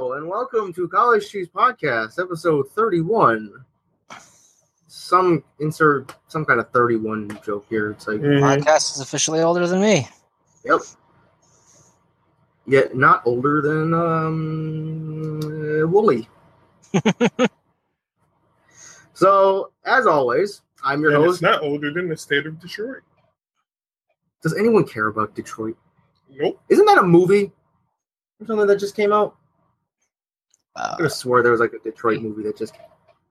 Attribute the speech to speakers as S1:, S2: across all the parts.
S1: welcome to College Cheese Podcast, episode 31. Some insert some kind of 31 joke here. It's like,
S2: Mm-hmm. Podcast is officially older than me.
S1: yep. Yet not older than um, uh, Wooly. so, as always, I'm your
S3: And it's
S1: host.
S3: not older than the state of Detroit.
S1: Does anyone care about Detroit?
S3: Nope.
S1: Isn't that a movie? Or something that just came out? I could
S2: Uh,
S1: have swore there was like a Detroit movie that just.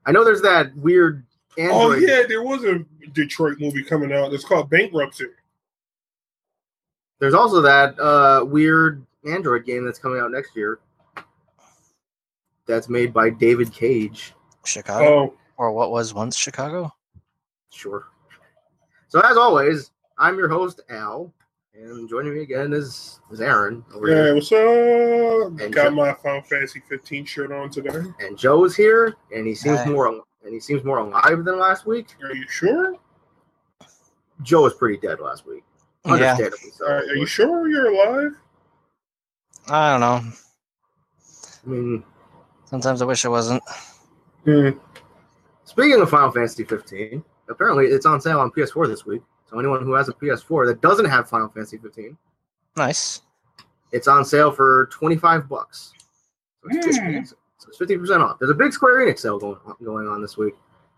S1: I know there's that weird.
S3: Oh
S1: Android.
S3: yeah, there was a Detroit movie coming out. It's called Bankruptcy.
S1: There's also that uh, weird Android game that's coming out next year. That's made by David Cage.
S3: Oh,
S2: Chicago, or what was once Chicago?
S1: Sure. So as always, I'm your host Al, and joining me again is is Aaron over
S3: yeah.
S1: here,
S3: What's up?
S1: And
S3: Got
S1: Joe-
S3: my Final Fantasy 15 shirt on today.
S1: and Joe's here, and he seems
S2: Hi.
S1: more al- and he seems more alive than last week.
S3: Are you sure?
S1: Joe was pretty dead last week,
S2: Yeah,
S1: understandably so.
S3: Uh, are you sure you're alive?
S2: I don't know.
S1: I mean,
S2: Sometimes I wish I wasn't.
S3: Mm.
S2: Hmm.
S1: speaking of Final Fantasy 15, apparently it's on sale on PS4 this week. So anyone who has a PS4 that doesn't have Final Fantasy 15
S2: Nice.
S1: It's on sale for twenty five bucks. So it's
S3: Hmm.
S1: discounted. So it's fifty percent off. There's a big Square Enix sale going on, going on this week,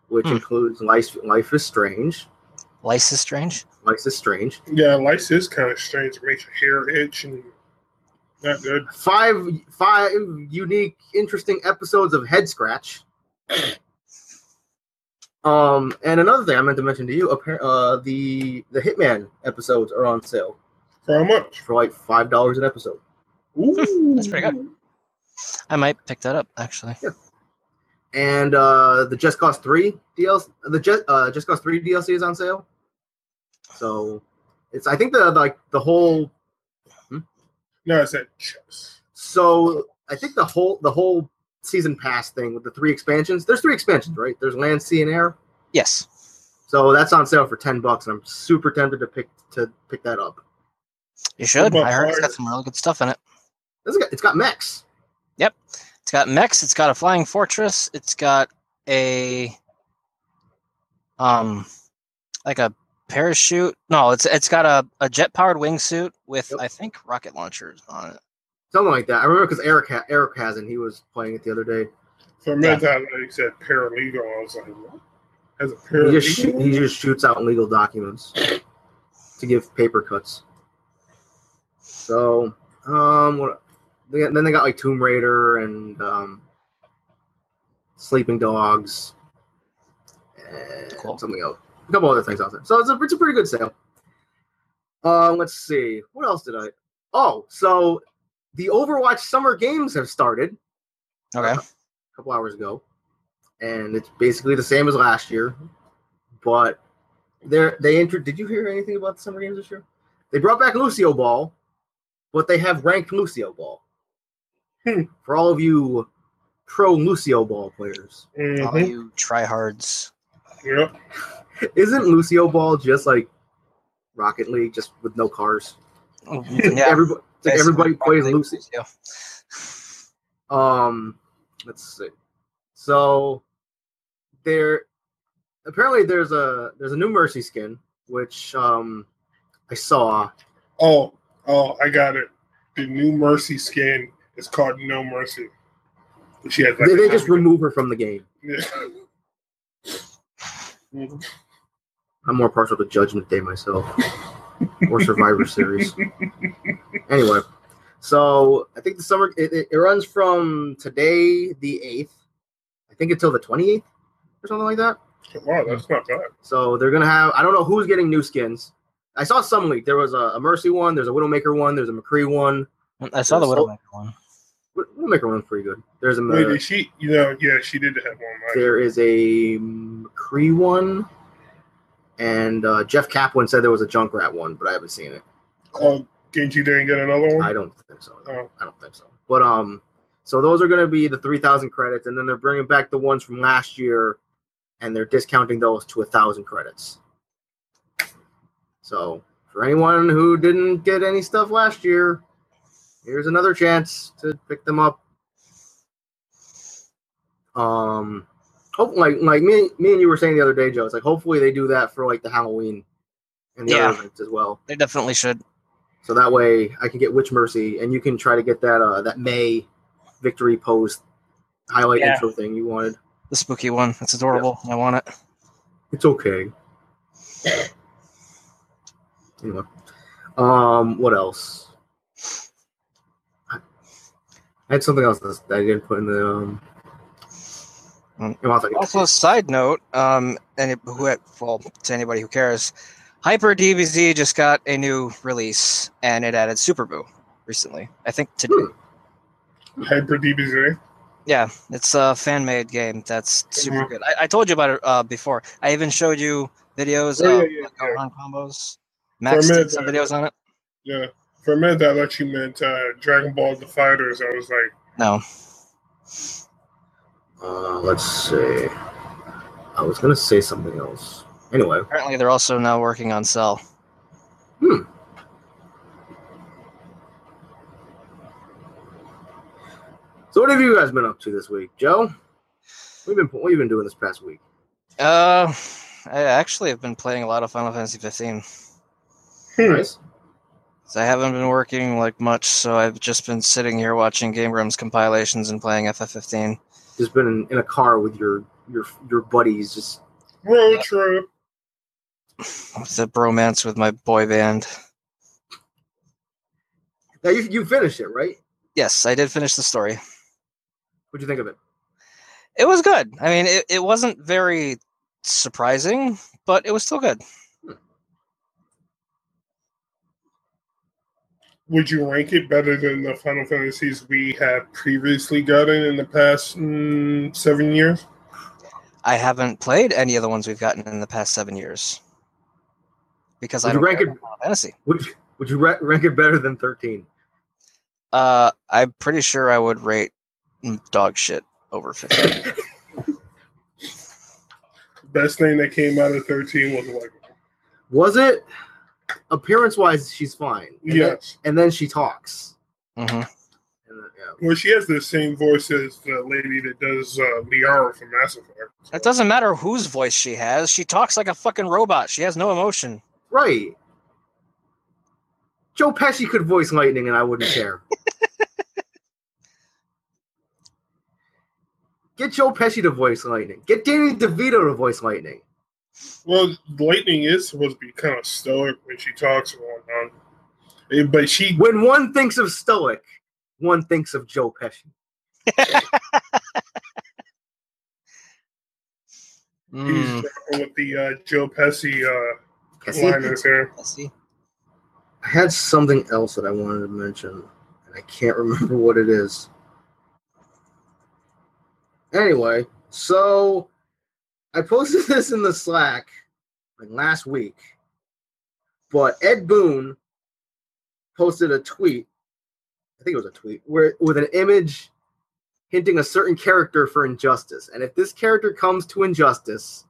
S1: which
S2: Hmm.
S1: includes Life Life is Strange,
S2: Lice is strange.
S1: Life is Strange,
S3: Yeah, lice is kind of strange. It makes your hair itch and not good.
S1: five five unique, interesting episodes of Head Scratch. um, and another thing I meant to mention to you, appar- uh, the the Hitman episodes are on sale
S3: For how much?
S1: for like five dollars an episode.
S3: Ooh,
S2: That's pretty good. I might pick that up actually.
S1: and uh, the Just Cause Three DLC, the Just uh, Just Cause Three DLC is on sale. So it's I think the like the whole
S3: No, it's that chest.
S1: so I think the whole the whole season pass thing with the three expansions. There's three expansions, right? There's land, sea, and air.
S2: Yes.
S1: So that's on sale for ten bucks, and I'm super tempted to pick to pick that up.
S2: You should.
S3: about
S2: I heard it's got
S3: Florida?
S2: some really good stuff in it.
S1: It's got, it's got mechs.
S2: It's got mechs. It's got a flying fortress. It's got a um, like a parachute. No, it's it's got a, a jet powered wingsuit with
S1: Yep.
S2: I think rocket launchers on it.
S1: Something like that. I remember because Eric ha- Eric has it. He was playing it the other day.
S3: For a minute, I like said paralegal. I was like, what? As a
S1: He
S3: paralegal?
S1: just shoot, he just shoots out legal documents to give paper cuts. So, um, what? They, then they got like Tomb Raider and um, Sleeping Dogs and
S2: Cool.
S1: something else. A couple other things out there. So it's a it's a pretty good sale. Um, let's see. What else did I? Oh, so the Overwatch Summer Games have started
S2: Okay.
S1: a couple hours ago, and it's basically the same as last year. But they're they entered. Did you hear anything about the summer games this year? They brought back Lucio Ball, but they have ranked Lucio Ball.
S3: Hmm.
S1: For all of you pro Lucio Ball players,
S2: All
S3: Mhm.
S2: you tryhards.
S3: Yep.
S1: isn't Lucio Ball just like Rocket League, just with no cars?
S2: yeah.
S1: Everybody, it's like everybody plays Lucio.
S2: Yeah.
S1: Um, let's see. So there apparently there's a there's a new Mercy skin which um I saw.
S3: Oh, oh, I got it. The new Mercy skin is called No Mercy. She has like
S1: They, they
S3: a-
S1: just remove her from the game.
S3: Yeah.
S1: I'm more partial to Judgment Day myself or Survivor Series. Anyway, so I think the summer it, it, it runs from today the 8th I think until the 28th or something like that.
S3: wow, that's not bad.
S1: So they're gonna have. I don't know who's getting new skins. I saw some leak. There was a, a Mercy one. There's a Widowmaker one. There's a McCree one.
S2: Mm, I saw the
S1: So-
S2: Widowmaker one.
S1: Wi- Widowmaker one's pretty good. There's a
S3: Wait, did she? You know, yeah, she did have one. Like,
S1: there is a McCree one, and uh, Jeff Kaplan said there was a Junkrat one, but I haven't seen it.
S3: oh, Genji didn't get another
S1: I
S3: one.
S1: don't think so. no.
S3: Oh.
S1: I don't think so. But um, so those are gonna be the three thousand credits, and then they're bringing back the ones from last year, and they're discounting those to a thousand credits. So for anyone who didn't get any stuff last year, here's another chance to pick them up. Um, hope like like me me and you were saying the other day, Joe. It's like hopefully they do that for like the Halloween and the
S2: Yeah.
S1: other events as well.
S2: They definitely should.
S1: So that way I can get Witch Mercy, and you can try to get that uh that May victory post highlight
S2: Yeah.
S1: intro thing you wanted.
S2: The spooky one. It's adorable. I want it.
S1: It's okay. anyway, um, what else? I I had something else that I didn't put in the. Um,
S2: Mm.
S1: I'll have to-
S2: Also, side note, um, any who had, well to anybody who cares, Hyper DBZ just got a new release and it added Super Boo recently. I think today.
S1: Hmm.
S3: Hyper DBZ.
S2: Yeah, it's a fan made game that's super good. I, I told you about it uh, before. I even showed you videos
S3: Yeah,
S2: of
S3: yeah, yeah, yeah.
S2: Gohan combos. Max
S3: minute
S2: did some
S3: there.
S2: videos on it.
S3: Yeah. For a minute, I thought you meant uh, Dragon Ball The Fighters. I was like,
S2: No,
S1: Uh, let's see. I was gonna say something else. Anyway,
S2: apparently they're also now working on Cell.
S1: so what have you guys been up to this week, Joe? We've been what have you been doing this past week?
S2: Uh, I actually have been playing a lot of Final Fantasy 15.
S3: Hmm.
S1: Nice.
S2: So I haven't been working like much, so I've just been sitting here watching Game Grumps compilations and playing FF15.
S1: Just been in, in a car with your your your buddies, just
S3: road trip.
S2: It's a bromance with my boy band.
S1: Now you you finished it, right?
S2: Yes, I did finish the story.
S1: What'd you think of it?
S2: It was good. I mean, it, it wasn't very surprising, but it was still good.
S3: Would you rank it better than the Final Fantasies we have previously gotten in the past mm, seven years?
S2: I haven't played any of the ones we've gotten in the past seven years because I
S1: Would you
S2: don't
S1: rank
S2: care
S1: it-
S2: about Final Fantasy.
S1: Would you, would you ra- rank it better than thirteen?
S2: Uh, I'm pretty sure I would rate mm, dog shit over 15.
S3: Best thing that came out of 13 was like,
S1: Was it appearance wise? She's fine. And Then,
S3: yes.
S1: and then she talks.
S2: hmm
S1: And then, yeah.
S3: Well, she has the same voice as the lady that does uh, Liara from Mass Effect.
S2: It doesn't matter whose voice she has. She talks like a fucking robot. She has no emotion.
S1: Right. Joe Pesci could voice lightning, and I wouldn't care. Get Joe Pesci to voice lightning. Get Danny DeVito to voice lightning.
S3: Well, Lightning is supposed to be kind of stoic when she talks and whatnot. Eh, But she,
S1: When one thinks of Stoic, one thinks of Joe Pesci. Hmm.
S3: he's
S2: Mm,
S3: dropping with the uh, Joe Pesci uh, line
S1: Pesci?
S3: is there.
S2: let's see.
S1: I had something else that I wanted to mention, and I can't remember what it is. Anyway, so I posted this in the Slack like last week, but Ed Boone posted a tweet. I think it was a tweet where with an image hinting a certain character for injustice, and if this character comes to injustice,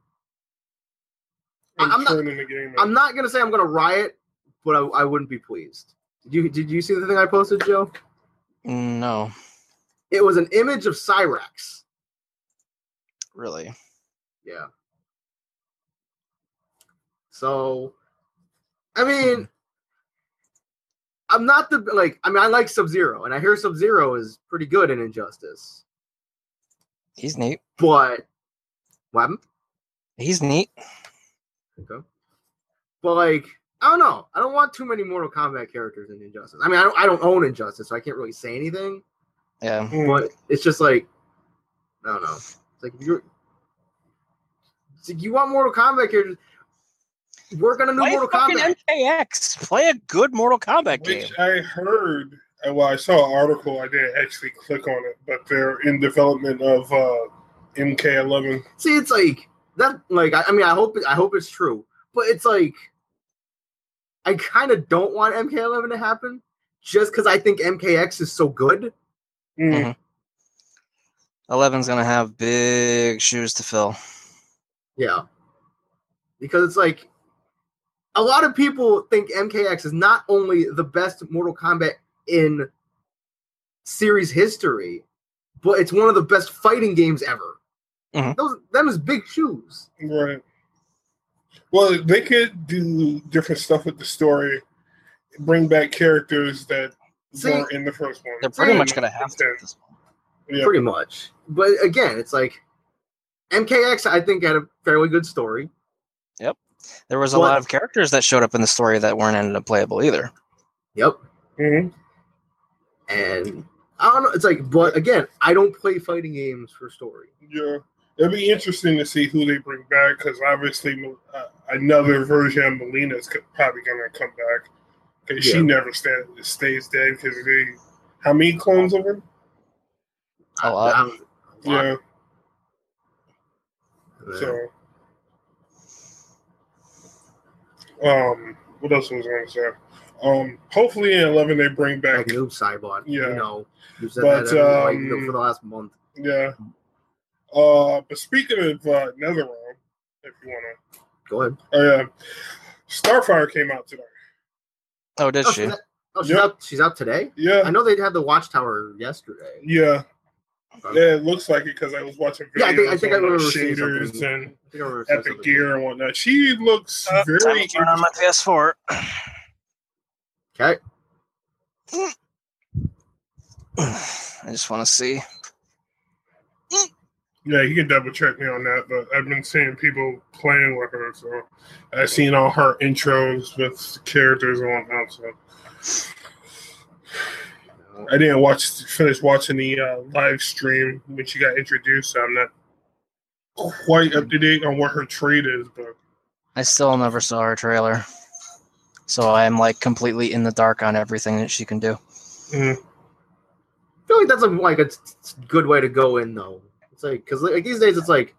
S1: I- I'm
S3: I'm
S1: not-
S3: turning the game.
S1: I'm not gonna say I'm gonna riot, but I, I wouldn't be pleased. Did you did you see the thing I posted, Joe?
S2: No,
S1: It was an image of Cyrax.
S2: really.
S1: Yeah. So, I mean, I'm not the like. I mean, I like Sub Zero, and I hear Sub Zero is pretty good in Injustice.
S2: He's neat.
S1: But what happened?
S2: He's neat.
S1: Okay. But like, I don't know. I don't want too many Mortal Kombat characters in Injustice. I mean, I don't, I don't own Injustice, so I can't really say anything.
S2: Yeah.
S3: Hmm.
S1: but it's just like I don't know. It's like if you're it's like you want Mortal Kombat characters. Work on a new
S2: Play
S1: Mortal
S2: fucking
S1: Kombat.
S2: MKX. Play a good Mortal Kombat game.
S3: Which I heard, uh, well, I saw an article. I didn't actually click on it, but they're in development of uh, MK11.
S1: See, it's like that. Like I, I mean, I hope it, I hope it's true, but it's like I kind of don't want MK11 to happen just because I think MKX is so good.
S3: Mm.
S2: Eleven's gonna have big shoes to fill.
S1: Yeah, because it's like a lot of people think MKX is not only the best Mortal Kombat in series history, but it's one of the best fighting games ever.
S2: Mhm.
S1: Those them is big shoes.
S3: Right. Well, they could do different stuff with the story, bring back characters that
S1: See,
S3: were in the first one.
S2: They're pretty much going to have to.
S3: Okay.
S2: at this point.
S3: Yeah.
S1: pretty much. But again, it's like MKX. I think had a fairly good story.
S2: There was a
S1: Well-
S2: lot of characters that showed up in the story that weren't ended up playable either.
S1: Yep,
S3: Mhm.
S1: and I don't know. It's like, but again, I don't play fighting games for story.
S3: Yeah. It'll be interesting to see who they bring back because obviously Mel- uh, another version of Melina is co- probably going to come back because she
S1: Yeah.
S3: never sta- stays dead because they. How many clones of her?
S2: A lot.
S1: I- I don't- a lot.
S3: Yeah. So, um, what else was I going to say? Um, hopefully in eleven they bring
S1: like
S3: back.
S1: noob cybot.
S3: Yeah.
S1: You know, you said
S3: But,
S1: that every, like,
S3: um,
S1: for the last month.
S3: Yeah. Uh, but speaking of uh, NetherRealm, if you want
S1: Go ahead.
S3: to, oh yeah, Starfire came out today.
S2: Oh, did
S1: Oh,
S2: she?
S1: she's out, oh, she's,
S3: Yep.
S1: out, she's out today. I
S3: Yeah,
S1: know they had the Watchtower yesterday.
S3: yeah, yeah. It looks like it because I was watching videos
S1: Yeah, I think- I think I
S3: on, like,
S1: remember seeing
S3: shaders
S1: something.
S3: and
S1: I think I remember seeing
S3: Epic
S1: something.
S3: Gear and whatnot. She looks
S2: Uh, time
S3: very.
S2: to turn on my PS4.
S1: Okay.
S2: I just want to see.
S3: Yeah, you can double check me on that, but I've been seeing people playing with her, so I've seen all her intros with characters and whatnot. So I didn't watch finish watching the uh, live stream when she got introduced, so I'm not quite up to date on what her trade is, but
S2: I still never saw her trailer. So I'm like completely in the dark on everything that she can do.
S1: I feel like that's a, like a t- t- good way to go in though. It's like because like these days it's like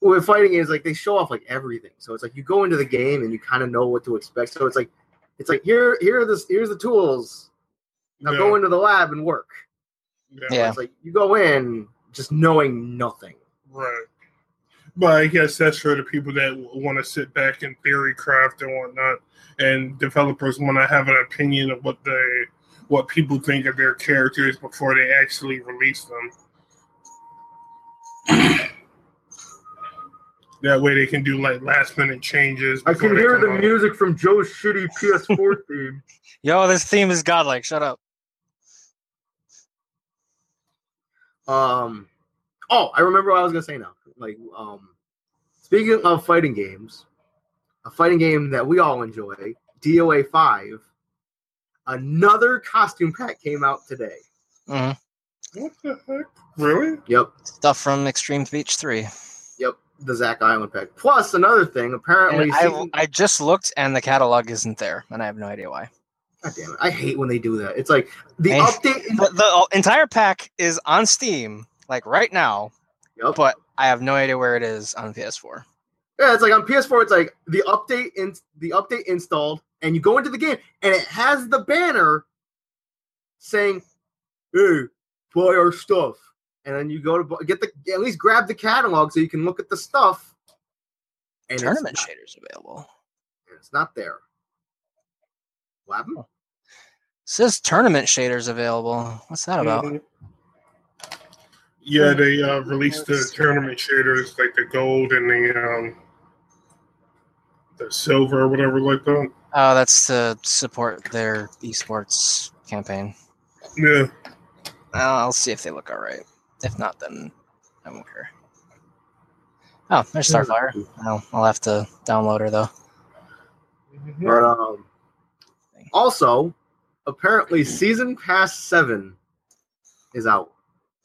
S1: with fighting games like they show off like everything. So it's like you go into the game and you kind of know what to expect. So it's like it's like here here are this here's the tools. Now go into the lab and work.
S2: Yeah.
S1: It's like you go in just knowing nothing.
S3: Right. But I guess that's for the people that want to sit back and theory craft and whatnot, and developers want to have an opinion of what they, what people think of their characters before they actually release them. that way, they can do like last minute changes.
S1: I
S3: before
S1: can
S3: they
S1: hear
S3: come
S1: the
S3: out.
S1: music from Joe's shitty PS4 theme.
S2: Yo, this theme is godlike. Shut up.
S1: Um, oh, I remember what I was gonna say now. Like, um, speaking of fighting games, a fighting game that we all enjoy, DOA Five. Another costume pack came out today.
S2: Mhm.
S3: What the heck? Really?
S1: Yep,
S2: Stuff from Extreme Beach 3.
S1: yep, the Zack Island pack. Plus another thing. Apparently,
S2: And I,
S1: season-
S2: I just looked and the catalog isn't there, and I have no idea why.
S1: God damn it, I hate when they do that. It's like the
S2: Hey.
S1: update.
S2: But the uh, entire pack is on Steam, like right now,
S1: Yep.
S2: but I have no idea where it is on PS4.
S1: Yeah, it's like on PS4. It's like the update in the update installed, and you go into the game, and it has the banner saying, "Hey, buy our stuff." And then you go to bu- get the at least grab the catalog so you can look at the stuff. And it's
S2: Tournament
S1: not-
S2: shaders available.
S1: and it's not there. What happened?
S2: Oh, says tournament shaders available. What's that about?
S3: Mhm. Yeah, they uh, released the tournament shaders, like the gold and the um, the silver or whatever, like um, that.
S2: Oh, that's to support their esports campaign.
S3: Yeah,
S2: I'll see if they look all right. If not, then I won't care. Oh, there's
S1: Hmm.
S2: Starfire. Oh, I'll have to download her though.
S1: But um, also, apparently, season pass seven is out.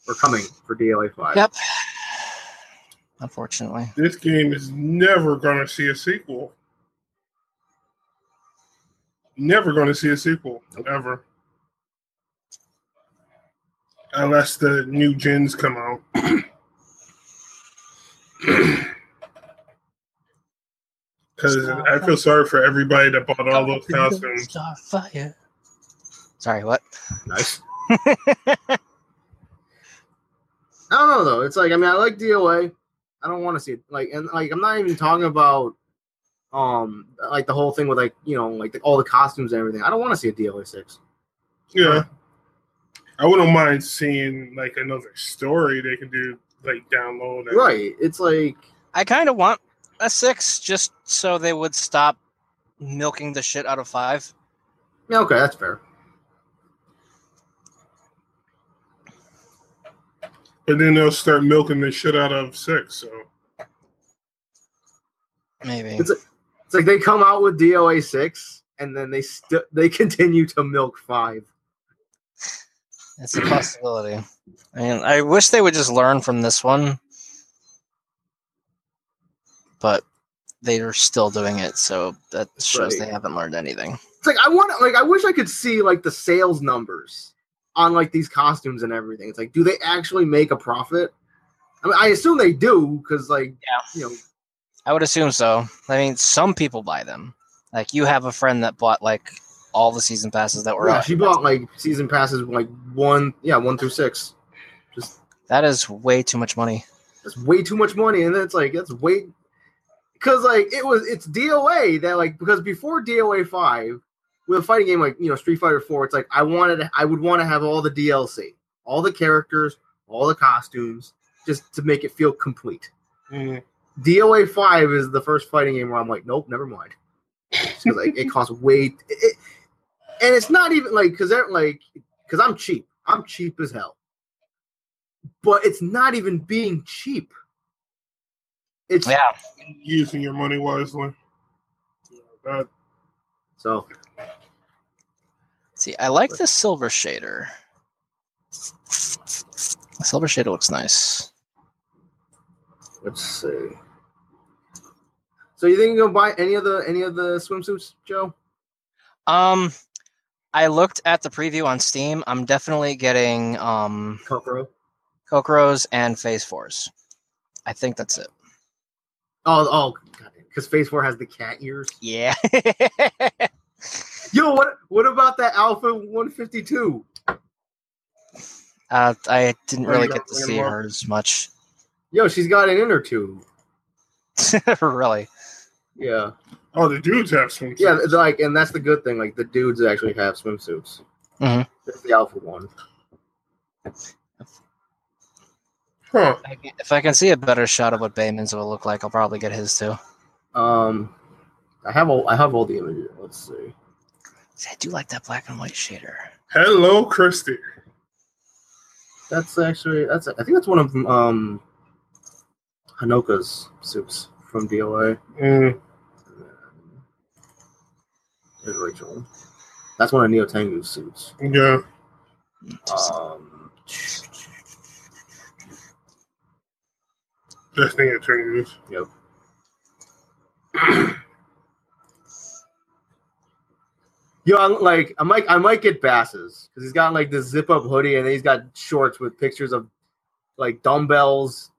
S1: We're coming for DLA five.
S2: Yep. Unfortunately,
S3: this game is never going to see a sequel. Never going to see a sequel ever, unless the new gens come out. Because I feel sorry for everybody that bought all those costumes.
S2: Starfire. Sorry, what?
S1: Nice. I don't know though. It's like I mean, I like DOA. I don't want to see it. Like and like I'm not even talking about um like the whole thing with like you know like the, all the costumes and everything. I don't want to see a DOA six.
S3: Yeah. I wouldn't mind seeing like another story they can do like download. and-
S1: Right. It's like
S2: I kind of want a six just so they would stop milking the shit out of five.
S1: yeah, okay, that's fair.
S3: But then they'll start milking the shit out of six. So
S2: Maybe.
S1: It's It's like they come out with DOA six and then they still they continue to milk five.
S2: It's a possibility. I mean, I wish they would just learn from this one, but they are still doing it, so that shows
S1: right.
S2: they haven't learned anything.
S1: It's like I want like I wish I could see like the sales numbers on like these costumes and everything. It's like, do they actually make a profit? I mean, I assume they do because like
S2: Yeah.
S1: you know
S2: I would assume so. I mean, some people buy them. Like you have a friend that bought like all the season passes that were
S1: yeah,
S2: out.
S1: she bought like season passes like one yeah one through six.
S2: That is way too much money.
S1: that's way too much money and then it's like that's way because like it was it's doa that like because before doa 5 with a fighting game like you know street fighter 4 it's like i wanted i would want to have all the dlc all the characters all the costumes just to make it feel complete
S3: mm,
S1: doa 5 is the first fighting game where i'm like nope never mind because like it costs way it, it- and it's not even like because they're like because i'm cheap i'm cheap as hell but it's not even being cheap it's
S2: Yeah.
S3: using your money wisely. Uh,
S1: so
S2: See, I like the silver shader. The silver shader looks nice.
S1: let's see so you think you're gonna buy any of the any of the swimsuits joe
S2: Um, I looked at the preview on Steam. I'm definitely getting um
S1: Kokoro.
S2: Kokoro's and Phase Fours. I think that's it.
S1: oh oh because phase four has the cat ears
S2: Yeah.
S1: yo what what about that alpha 152
S2: uh, I didn't
S3: Bring
S2: really
S3: it up,
S2: get to
S3: bring it
S2: see
S3: up.
S2: hers much.
S1: yo she's got an inner tube
S2: really.
S1: yeah
S3: oh, the dudes have some.
S1: Yeah, it's like, and that's the good thing. Like the dudes actually have swimsuits.
S2: Mhm.
S1: That's the alpha one.
S3: Huh.
S2: I can- If I can see a better shot of what Bayman's will look like, I'll probably get his too.
S1: Um, I have all I have all the images. Let's see.
S2: See, I do like that black and white shader.
S3: Hello, Christy.
S1: That's actually that's I think that's one of um Hanoka's suits from DOA.
S3: Mm,
S1: There's Rachel. That's one of Neo Tengu's suits.
S3: yeah.
S1: Um,
S3: Just need to change this.
S1: Yep. Yo, I'm like I might I might get Bass's because he's got like this zip up hoodie and then he's got shorts with pictures of like dumbbells,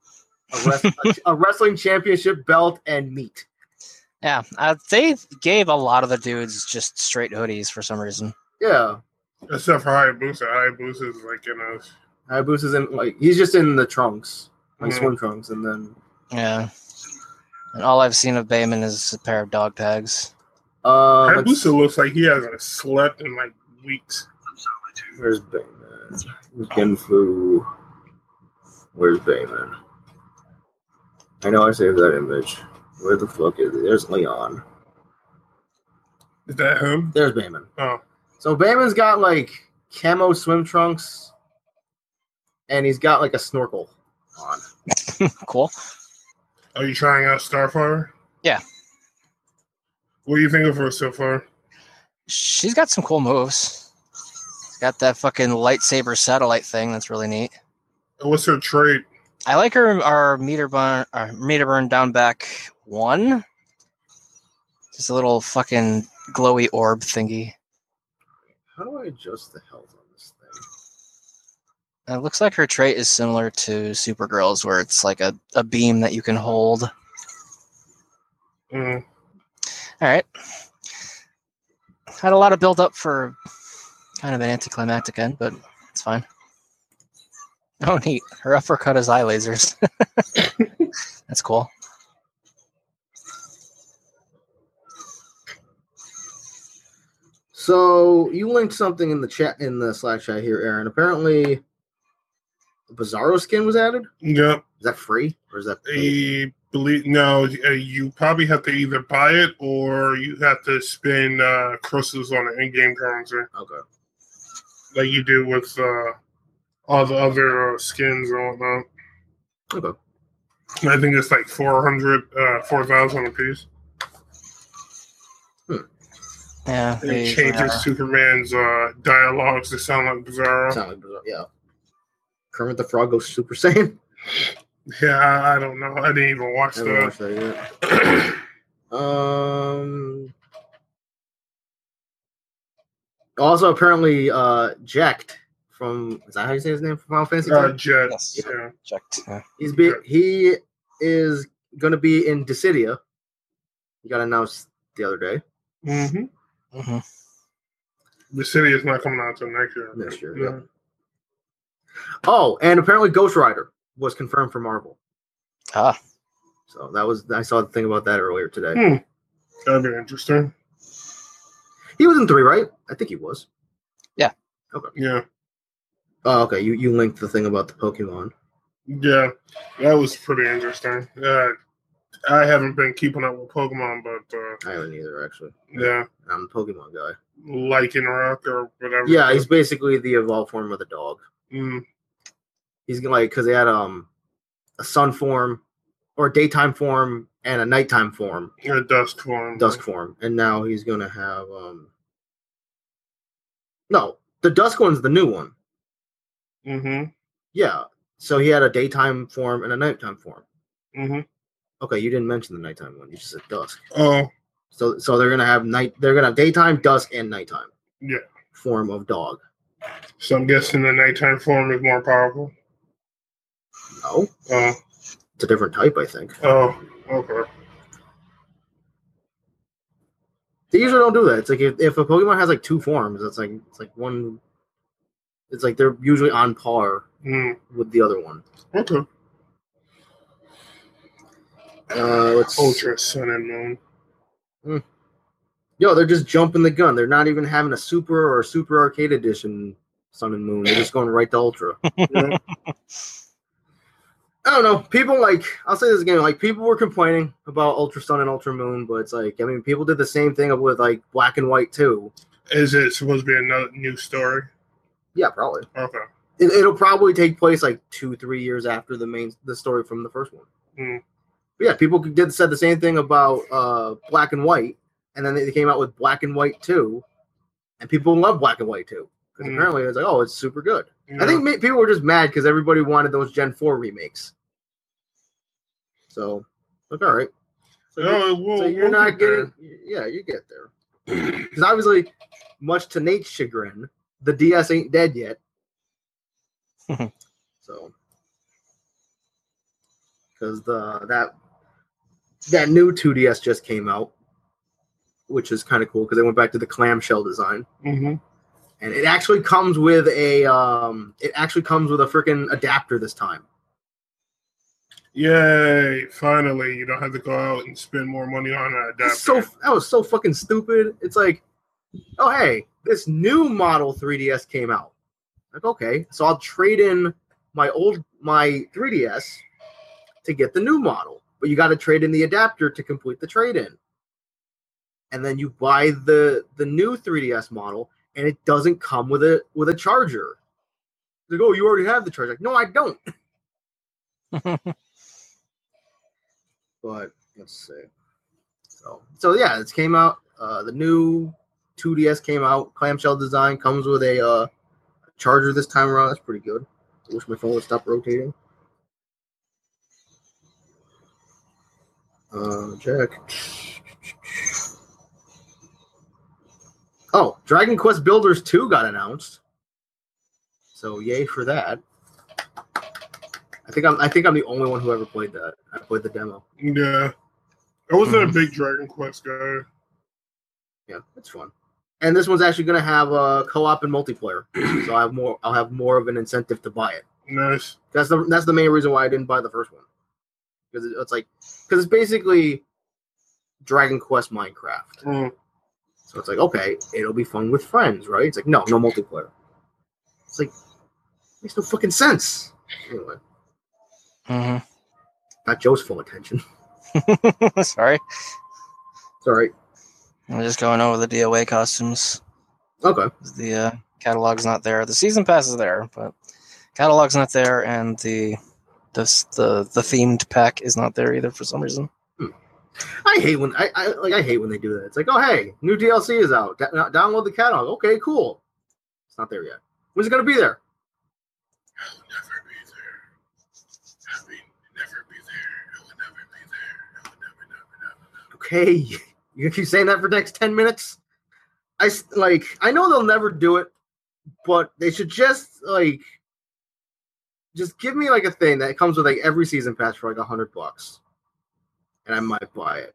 S1: a, wrest- a, a wrestling championship belt, and meat.
S2: Yeah, uh, they gave a lot of the dudes just straight hoodies for some reason.
S1: Yeah,
S3: Except for Hayabusa. Hayabusa is like in a
S1: Hayabusa's in like he's just in the trunks, like
S3: Mhm.
S1: swim trunks, and then
S2: Yeah. And all I've seen of Bayman is a pair of dog tags.
S1: uh, let's-
S3: Hayabusa looks like he hasn't slept in like weeks.
S1: where's Bayman? Where's Genfu? Where's Bayman? I know I saved that image. Where the fuck is it? There's Leon.
S3: Is that him?
S1: There's Bayman.
S3: Oh,
S1: So Bayman's got like camo swim trunks, and he's got like a snorkel on.
S2: cool.
S3: are you trying out Starfire?
S2: Yeah.
S3: What do you think of her so far?
S2: She's got some cool moves. She's got that fucking lightsaber satellite thing. That's really neat.
S3: And What's her trait?
S2: I like her our meter burn our meter burn down back one. Just a little fucking glowy orb thingy.
S1: How do I adjust the health on this thing?
S2: And It looks like her trait is similar to Supergirl's, where it's like a, a beam that you can hold. All
S3: Mm.
S2: right. Had a lot of build up for kind of an anticlimactic end, but it's fine. Oh, neat. Her uppercut is eye lasers. That's cool.
S1: So you linked something in the chat in the Slack chat here, Aaron. Apparently, Bizarro skin was added.
S3: Yep.
S1: Is that free or is that? paid?
S3: I believe no. uh, You probably have to either buy it or you have to spend uh, crystals on an in-game currency,
S1: Okay.
S3: like you do with uh, all the other uh, skins and whatnot.
S1: Okay.
S3: I think it's like 400, uh, 4,000 a piece.
S2: Yeah.
S3: It
S2: they-
S3: changes
S2: whatever.
S3: Superman's uh, dialogues to sound like Bizarro.
S1: Sound like Bizarro. Yeah. Kermit the Frog goes Super Saiyan.
S3: Yeah, I, I don't know. I didn't even watch
S1: I haven't
S3: that.
S1: watched that yet. Um. Also, apparently, uh, Jacked from is that how you say his name from Final Fantasy?
S3: uh,
S1: X?
S3: Jet.
S2: Yes.
S3: Yeah.
S2: Checked. Yeah.
S1: He's be he is gonna be in Dissidia. He got announced the other day.
S3: Mm-hmm.
S2: hmm
S3: The city is not coming out until next year.
S1: Next year,
S3: Yeah.
S1: yeah. Oh, and apparently, Ghost Rider was confirmed for Marvel.
S2: Ah.
S1: So that was I saw the thing about that earlier today.
S3: That'd be interesting.
S1: He was in three, right? I think he was.
S3: Yeah.
S1: Oh, okay. You you linked the thing about the Pokemon.
S3: Yeah. That was pretty interesting. Uh, I haven't been keeping up with Pokemon, but uh,
S1: I haven't either, actually.
S3: yeah,
S1: I'm a Pokemon guy.
S3: Lichen Rock or whatever.
S1: Yeah, he's basically the evolved form of the dog.
S3: Mm,
S1: He's gonna, like because they had um a sun form, or a daytime form, and a nighttime form,
S3: a dusk form.
S1: dusk form, and now he's gonna have um. No, the dusk one's the new one.
S3: Mm-hmm.
S1: Yeah, so he had a daytime form and a nighttime form.
S3: Mm-hmm.
S1: Okay, you didn't mention the nighttime one. You just said dusk.
S3: Oh,
S1: So so they're gonna have night. They're gonna have daytime, dusk, and nighttime.
S3: Yeah.
S1: Form of dog.
S3: so I'm guessing the nighttime form is more powerful.
S1: No,
S3: Oh,
S1: it's a different type, I think.
S3: oh, okay.
S1: They usually don't do that. It's like if, if a Pokemon has like two forms, it's like it's like one. It's like they're usually on par
S3: Mm,
S1: with the other one.
S3: okay.
S1: Uh, let's.
S3: Ultra Sun and Moon.
S1: Yo, they're just jumping the gun. They're not even having a Super or a Super Arcade Edition Sun and Moon. They're just going right to Ultra.
S3: Yeah.
S1: I don't know. People like I'll say this again. Like people were complaining about Ultra Sun and Ultra Moon, but it's like I mean, people did the same thing with like Black and White too.
S3: Is it supposed to be another new story?
S1: Yeah, probably.
S3: Okay.
S1: It, it'll probably take place like two, three years after the main the story from the first one.
S3: Mm.
S1: But yeah, people did said the same thing about uh, Black and White, and then they came out with Black and White Two, and people love Black and White Two because
S3: Mm.
S1: apparently it's like, oh, it's super good.
S3: Yeah.
S1: I think ma- people were just mad because everybody wanted those Gen Four remakes. So, like, all right. So, you're-
S3: Oh,
S1: so
S3: we'll,
S1: you're
S3: we'll
S1: not
S3: get there.
S1: getting, yeah, you get there. Because obviously, much to Nate's chagrin, the DS ain't dead yet. so, because the that that new 2DS just came out, which is kind of cool because they went back to the clamshell design,
S3: Mhm.
S1: and it actually comes with a um, it actually comes with a freaking adapter this time.
S3: Yay! Finally, you don't have to go out and spend more money on an adapter.
S1: That's so that was so fucking stupid. It's like, oh hey, this new model 3DS came out. Like okay, so I'll trade in my old my 3DS to get the new model, but you got to trade in the adapter to complete the trade in. And then you buy the the new 3DS model, and it doesn't come with a with a charger. Like oh, you already have the charger. Like no, I don't. but let's see. So, so yeah, it came out. Uh, the new 2DS came out. Clamshell design comes with a uh, charger this time around. That's pretty good. I wish my phone would stop rotating. Uh, check. Oh, Dragon Quest Builders 2 got announced. So yay for that. I think I'm I think I'm the only one who ever played that. I played the demo.
S3: Yeah. I wasn't a big Dragon Quest guy.
S1: yeah, it's fun. And this one's actually going to have a co-op and multiplayer, so I have more. I'll have more of an incentive to buy it.
S3: Nice.
S1: That's the that's the main reason why I didn't buy the first one because it's like because it's basically Dragon Quest Minecraft.
S3: Mm.
S1: So it's like, okay, it'll be fun with friends, right? It's like, no, no multiplayer. It's like, makes no fucking sense. Anyway,
S2: Mm-hmm.
S1: got Joe's full attention.
S2: Sorry,
S1: It's all right.
S2: I'm just going over the DOA costumes.
S1: Okay.
S2: The uh, catalog's not there. The season pass is there, but catalog's not there, and the the the, the themed pack is not there either for some reason.
S1: I hate when I, I like I hate when they do that. It's like, oh hey, new DLC is out. Da- now download the catalog. Okay, cool. It's not there yet. When's it gonna be there?
S3: I'll never be there. I mean, never be there. I will never be there. I will never, never, never.
S1: Okay, you gonna keep saying that for the next ten minutes. I s- like. I know they'll never do it, but they should just like, just give me like a thing that comes with like every season pass for like a hundred bucks, and I might buy it.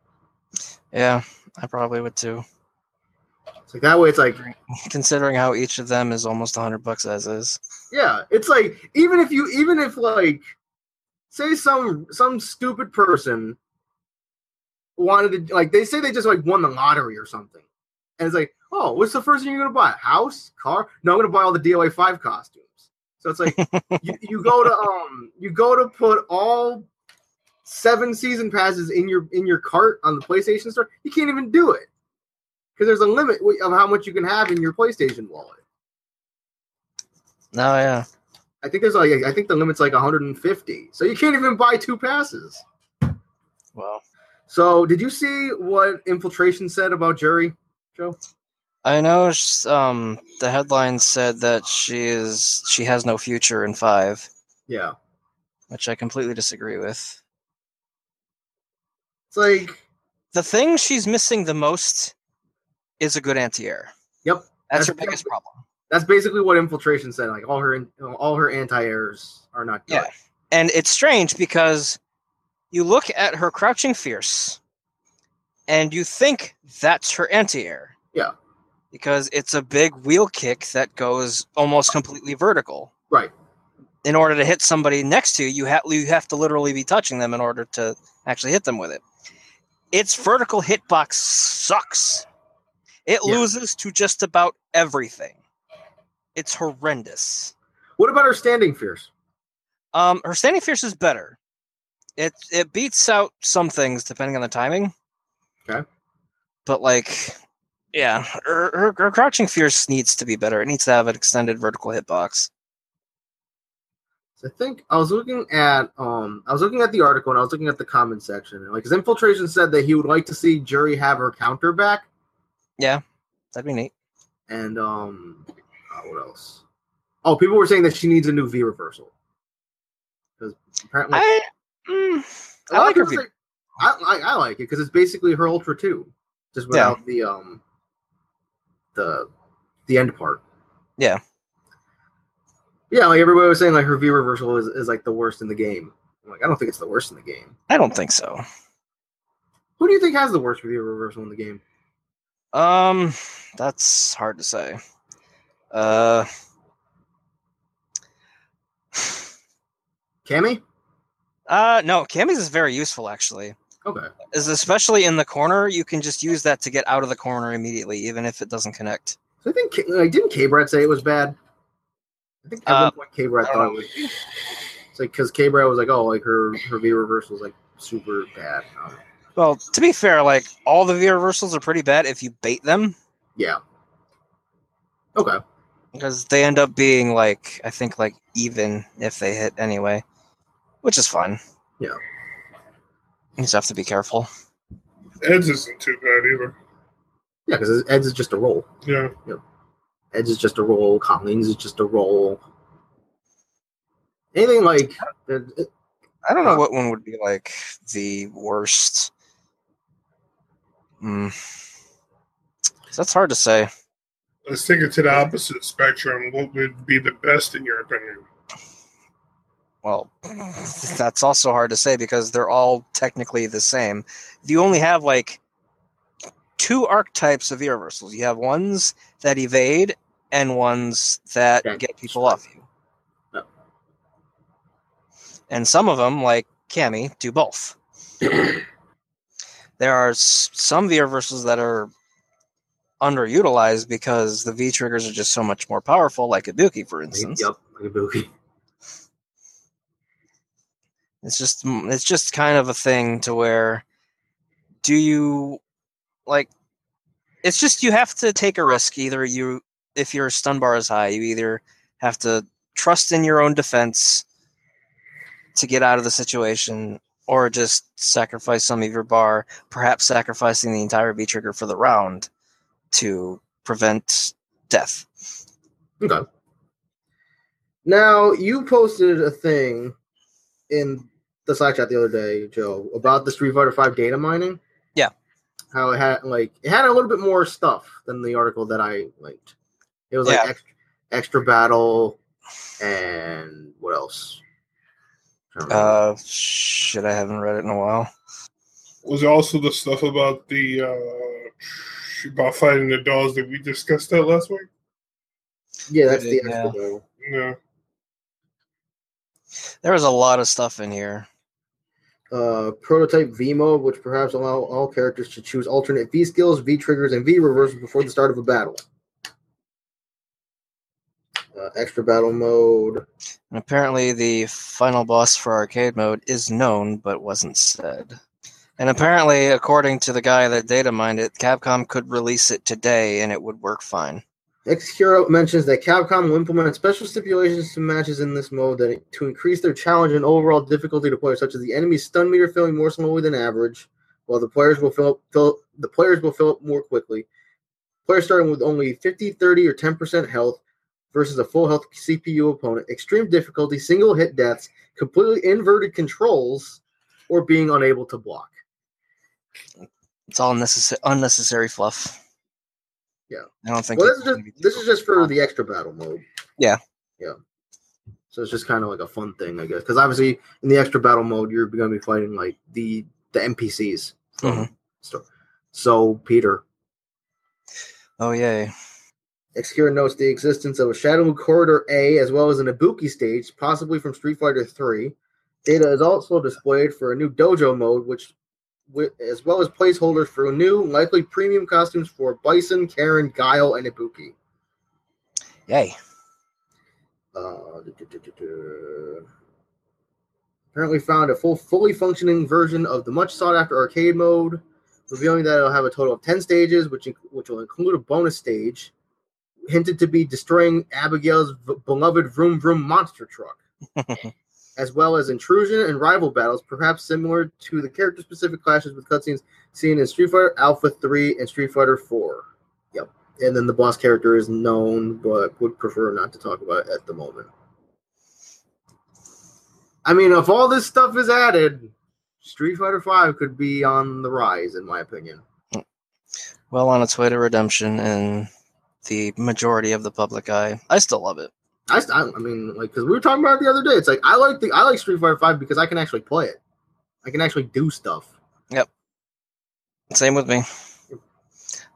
S2: Yeah, I probably would too,
S1: It's like that way. It's like
S2: considering how each of them is almost 100 bucks as is.
S1: Yeah, it's like even if you even if like say some some stupid person wanted to like they say they just like won the lottery or something. And it's like, "Oh, what's the first thing you're going to buy? House? Car? No, I'm going to buy all the DOA 5 costumes." So it's like you, you go to um you go to put all seven season passes in your in your cart on the PlayStation store. You can't even do it. Cuz there's a limit of how much you can have in your PlayStation wallet.
S2: Oh yeah,
S1: I think there's like I think the limit's like 150. So you can't even buy two passes.
S2: well,
S1: So did you see what infiltration said about Jerry?
S2: I know. sh- Um, the headline said that she is she has no future in five,
S1: Yeah.
S2: which I completely disagree with.
S1: It's like
S2: the thing she's missing the most is a good anti-air.
S1: Yep.
S2: That's,
S1: That's-
S2: her biggest problem.
S1: that's basically what infiltration said. Like all her all her anti airs are not good.
S2: Yeah. And it's strange because you look at her crouching fierce and you think that's her anti-air.
S1: Yeah.
S2: Because it's a big wheel kick that goes almost completely vertical.
S1: Right.
S2: In order to hit somebody next to you, you have you have to literally be touching them in order to actually hit them with it. Its vertical hitbox sucks. It
S1: Yeah.
S2: loses to just about everything. It's horrendous.
S1: What about her standing fierce?
S2: Um, her standing fierce is better. It it beats out some things depending on the timing.
S1: Okay.
S2: But like, yeah, her, her, her crouching fierce needs to be better. It needs to have an extended vertical hitbox.
S1: So I think I was looking at um I was looking at the article and I was looking at the comment section and like his infiltration said that he would like to see Jerry have her counter back
S2: That'd be neat.
S1: and um uh, what else? Oh, people were saying that she needs a new V reversal. Because apparently
S2: I mm, Hmm. I like her
S1: people
S2: view.
S1: say- I, I, I like it because it's basically her Ultra Two, just without the um the the end part.
S2: Yeah.
S1: Yeah, like everybody was saying, like her V reversal is, is like the worst in the game. I'm like, I don't think it's the worst in the game.
S2: I don't think so.
S1: Who do you think has the worst V reversal in the game?
S2: Um, that's hard to say. Uh,
S1: Cammy?
S2: uh, no, Cammy's is very useful actually.
S1: Okay.
S2: Is especially in the corner, you can just use that to get out of the corner immediately, even if it doesn't connect.
S1: So I think K- like didn't K Brad say it was bad? I think at
S2: Uh,
S1: one point K Brad
S2: I don't
S1: thought it was it's like because K Brad was like, oh, like her her V reversal is like super bad. Um,
S2: Well, to be fair, like all the V reversals are pretty bad if you bait them
S1: yeah. Okay.
S2: because they end up being like I think like even if they hit anyway, which is fun.
S1: Yeah.
S2: You just have to be careful.
S3: Ed's isn't too bad either.
S1: Yeah, because Ed's is just a roll.
S3: Yeah.
S1: Ed's is just a roll. Collins is just a roll. Anything like that-
S2: I don't know what one would be like the worst. Mm. That's hard to say.
S3: Let's take it to the opposite spectrum. What would be the best in your opinion?
S2: Well, that's also hard to say because they're all technically the same. You only have like two archetypes of irreversals. You have ones that evade and ones that
S1: That-
S2: get people off you.
S1: Yep.
S2: And some of them, like Cammy, do both. there are s- some irreversals that are underutilized because the V triggers are just so much more powerful, like Ibuki, for instance.
S1: Yep, like a boogie.
S2: It's just it's just kind of a thing to where do you like it's just you have to take a risk. Either you if your stun bar is high, you either have to trust in your own defense to get out of the situation or just sacrifice some of your bar, perhaps sacrificing the entire V trigger for the round to prevent death.
S1: Okay. Now you posted a thing in the Slack chat the other day, Joe, about the Street Fighter Five data mining.
S2: Yeah.
S1: How it had like it had a little bit more stuff than the article that I linked. It was like
S2: Yeah.
S1: extra, extra battle and what else? I don't remember.
S2: Uh, shit, I haven't read it in a while.
S3: Was also the stuff about the uh, about fighting the dolls that we discussed that last week.
S1: yeah, that's the
S2: yeah.
S1: extra battle.
S3: Yeah,
S2: There was a lot of stuff in here.
S1: uh, prototype V mode, which perhaps allow all characters to choose alternate V skills, V triggers, and V reversals before the start of a battle. Uh, extra battle mode.
S2: And apparently, the final boss for arcade mode is known but wasn't said. And apparently, according to the guy that data mined it, Capcom could release it today and it would work fine.
S1: X Hero mentions that Capcom will implement special stipulations to matches in this mode that to increase their challenge and overall difficulty to players, such as the enemy's stun meter filling more slowly than average, while the players will fill up fill, the players will fill up more quickly. Players starting with only 50, 30, or 10% health versus a full health CPU opponent, extreme difficulty, single hit deaths, completely inverted controls, or being unable to block.
S2: It's all necess- unnecessary fluff.
S1: Yeah.
S2: I don't think.
S1: Well, this
S2: it's
S1: is
S2: gonna be
S1: just this is just for the extra battle mode.
S2: Yeah.
S1: Yeah. So it's just kind of like a fun thing, I guess, because obviously in the extra battle mode you're going to be fighting like the the NPCs. From
S2: Mhm.
S1: So, so Peter
S2: Oh yay!
S1: Exkira notes the existence of a Shadow Corridor A as well as an Ibuki stage, possibly from Street Fighter Three. Data is also displayed for a new dojo mode, which, wi- as well as placeholders for new, likely premium costumes for Bison, Karen, Guile, and Ibuki.
S2: Yay!
S1: Uh, duh, duh, duh, duh, duh. apparently found a full, fully functioning version of the much sought after arcade mode, revealing that it'll have a total of ten stages, which inc- which will include a bonus stage, hinted to be destroying Abigail's v- beloved Vroom Vroom monster truck, as well as intrusion and rival battles, perhaps similar to the character specific clashes with cutscenes seen in Street Fighter Alpha Three and Street Fighter Four. Yep, and then the boss character is known, but would prefer not to talk about it at the moment. I mean, if all this stuff is added, Street Fighter Five could be on the rise, in my opinion.
S2: Well on its way to redemption in the majority of the public eye. I still love it.
S1: I, st- I I mean, like, because we were talking about it the other day. It's like I like the I like Street Fighter Five because I can actually play it. I can actually do stuff.
S2: Same with me.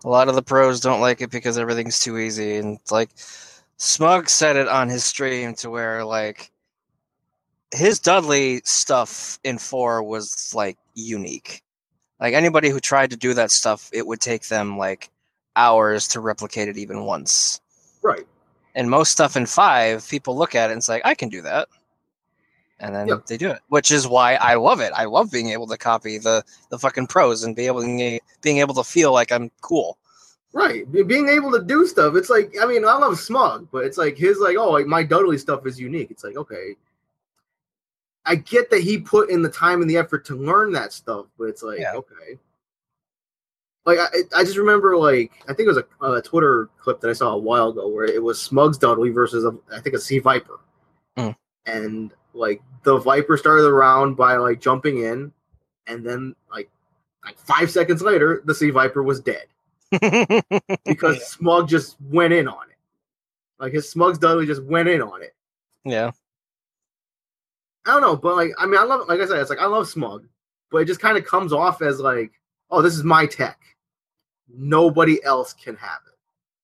S2: A lot of the pros don't like it because everything's too easy. And it's like Smug said it on his stream to where like his Dudley stuff in four was like unique. Like anybody who tried to do that stuff, it would take them like hours to replicate it even once.
S1: Right.
S2: And most stuff in five, people look at it and it's like, I can do that. And then
S1: Yep.
S2: they do it, which is why I love it. I love being able to copy the the fucking pros and be able to, being able to feel like I'm cool.
S1: Right. Be- Being able to do stuff. It's like I mean, I love Smug, but it's like his like oh like my Dudley stuff is unique. It's like okay. I get that he put in the time and the effort to learn that stuff, but it's like
S2: Yeah.
S1: okay. Like I, I just remember like I think it was a, a Twitter clip that I saw a while ago where it was Smug's Dudley versus a, I think a Sea Viper,
S2: Mm.
S1: and like the Viper started the round by like jumping in, and then like like five seconds later the Sea Viper was dead because Smug just went in on it. Like his Smug's Dudley just went in on it.
S2: yeah.
S1: I don't know, but like I mean, I love like I said, it's like I love Smug, but it just kind of comes off as like, oh, this is my tech. Nobody else can have it.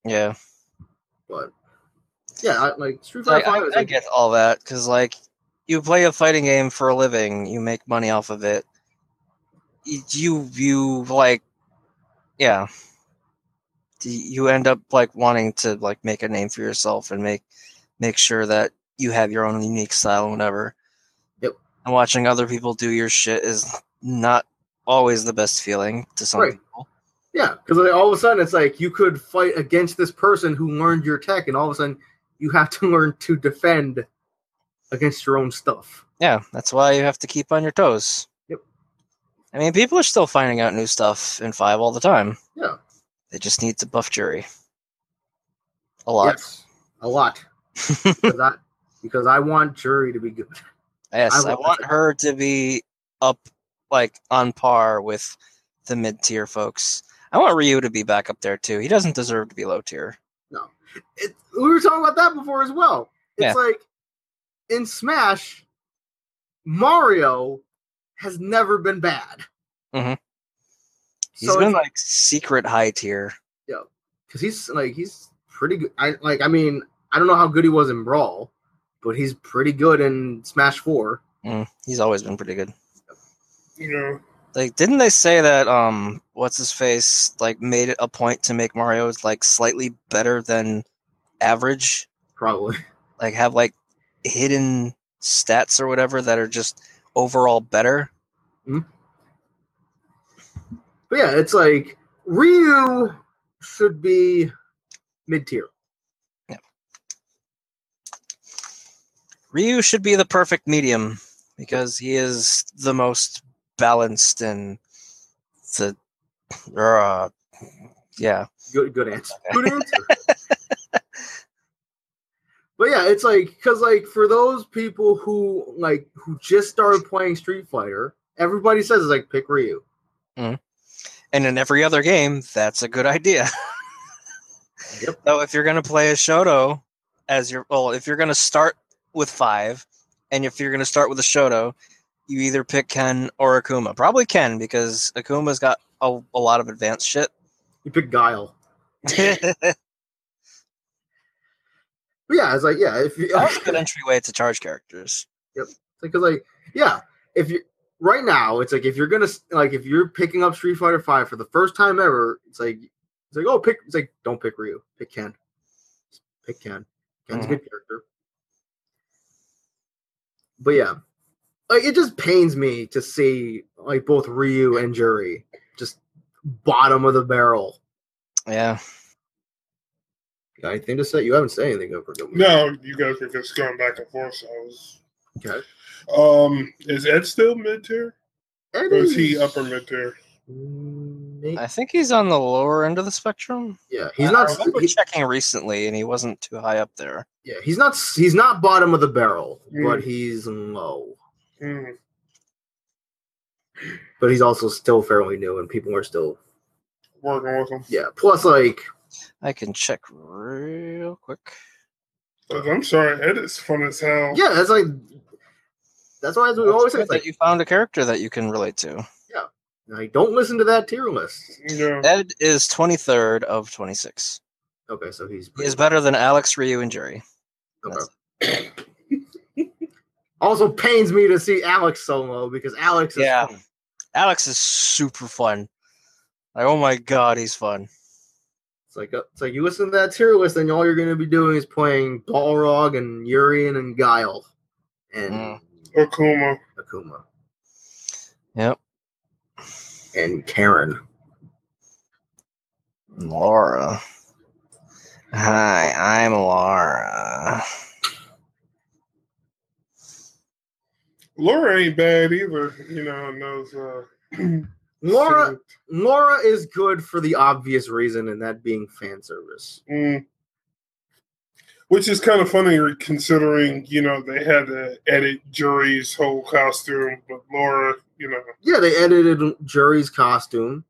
S2: Yeah.
S1: But yeah, I, like Street Fighter
S2: Like,
S1: Five
S2: I,
S1: is
S2: I
S1: like,
S2: get all that because, like, you play a fighting game for a living, you make money off of it. Y- You, you, like, yeah. you end up like wanting to like make a name for yourself and make make sure that you have your own unique style and whatever.
S1: Yep.
S2: And watching other people do your shit is not always the best feeling to some
S1: Right.
S2: people.
S1: Yeah, because all of a sudden it's like you could fight against this person who learned your tech, and all of a sudden you have to learn to defend against your own stuff.
S2: Yeah, that's why you have to keep on your toes.
S1: Yep.
S2: I mean, people are still finding out new stuff in five all the time.
S1: Yeah.
S2: They just need to buff jury. A lot.
S1: Yes, a lot. because, I, because I want jury to be good.
S2: Yes, I,
S1: I will-
S2: want her to be up like on par with the mid tier folks. I want Ryu to be back up there too. He doesn't deserve to be low tier.
S1: It, we were talking about that before as well. It's like in Smash, Mario has never been bad.
S2: Mhm. He's
S1: So
S2: been
S1: it's-
S2: like secret high tier.
S1: because he's like he's pretty good. I like I mean I don't know how good he was in Brawl, but he's pretty good in Smash Four.
S2: Mm, he's always been pretty good.
S3: You know,
S2: Like, didn't they say that um, what's his face like made it a point to make Mario's like slightly better than average?
S1: Probably
S2: Like, have like hidden stats or whatever that are just overall better.
S1: But yeah, it's like Ryu should be mid tier.
S2: Ryu should be the perfect medium because he is the most balanced and the uh, yeah.
S1: Good, good answer. Good answer. but yeah, it's like because like for those people who like who just started playing Street Fighter, everybody says it's like pick Ryu.
S2: And in every other game, that's a good idea.
S1: Yep.
S2: So if you're gonna play a Shoto as your well, if you're gonna start with five, and if you're gonna start with a Shoto, you either pick Ken or Akuma. Probably Ken because Akuma's got a, a lot of advanced shit.
S1: You pick Guile. But yeah, it's like yeah, if you
S2: That's a good entryway to charge characters.
S1: because like yeah if you right now it's like if you're gonna like if you're picking up street fighter 5 for the first time ever it's like it's like oh pick it's like don't pick ryu pick ken pick ken ken's
S2: Mhm.
S1: a good character but yeah like it just pains me to see like both ryu and jury just bottom of the barrel
S2: Yeah.
S1: Got anything to say you haven't said anything over
S3: no, you guys were just going back and forth. So I was.
S1: Okay.
S3: Um, is Ed still mid tier? Or is he upper mid tier?
S2: I think he's on the lower end of the spectrum.
S1: yeah he's
S2: I
S1: not
S2: remember
S1: he-
S2: checking recently, and he wasn't too high up there.
S1: Yeah, he's not he's not bottom of the barrel,
S3: Mm.
S1: but he's low.
S3: Hmm.
S1: But he's also still fairly new, and people are still
S3: Working with him.
S1: yeah. Plus, like
S2: I can check real quick.
S3: 'Cause I'm sorry, Ed is fun as hell.
S1: yeah, that's like that's why as we always say it's
S2: It's good
S1: like,
S2: that you found a character that you can relate to.
S1: like don't listen to that tier list.
S3: Yeah.
S2: Ed is 23rd of 26.
S1: Okay, so he's
S2: He is better than Alex, Ryu, and Jerry.
S1: okay. also pains me to see Alex so low because Alex is
S2: Yeah. Alex is super fun. Like, oh my god, he's fun.
S1: it's like uh, it's like you listen to that tier list, and all you're going to be doing is playing Balrog and Urian and Guile and
S2: Mm.
S3: Akuma.
S1: Akuma
S2: Yep.
S1: and Karen.
S2: Laura. Hi, I'm Laura.
S3: Laura ain't bad either, you know, and those uh
S1: Laura
S3: so-
S1: Laura is good for the obvious reason, and that being fan service.
S3: Mm. Which is kind of funny considering, you know, they had to edit Jury's whole costume, but Laura, you know,
S1: Yeah, they edited Jury's costume.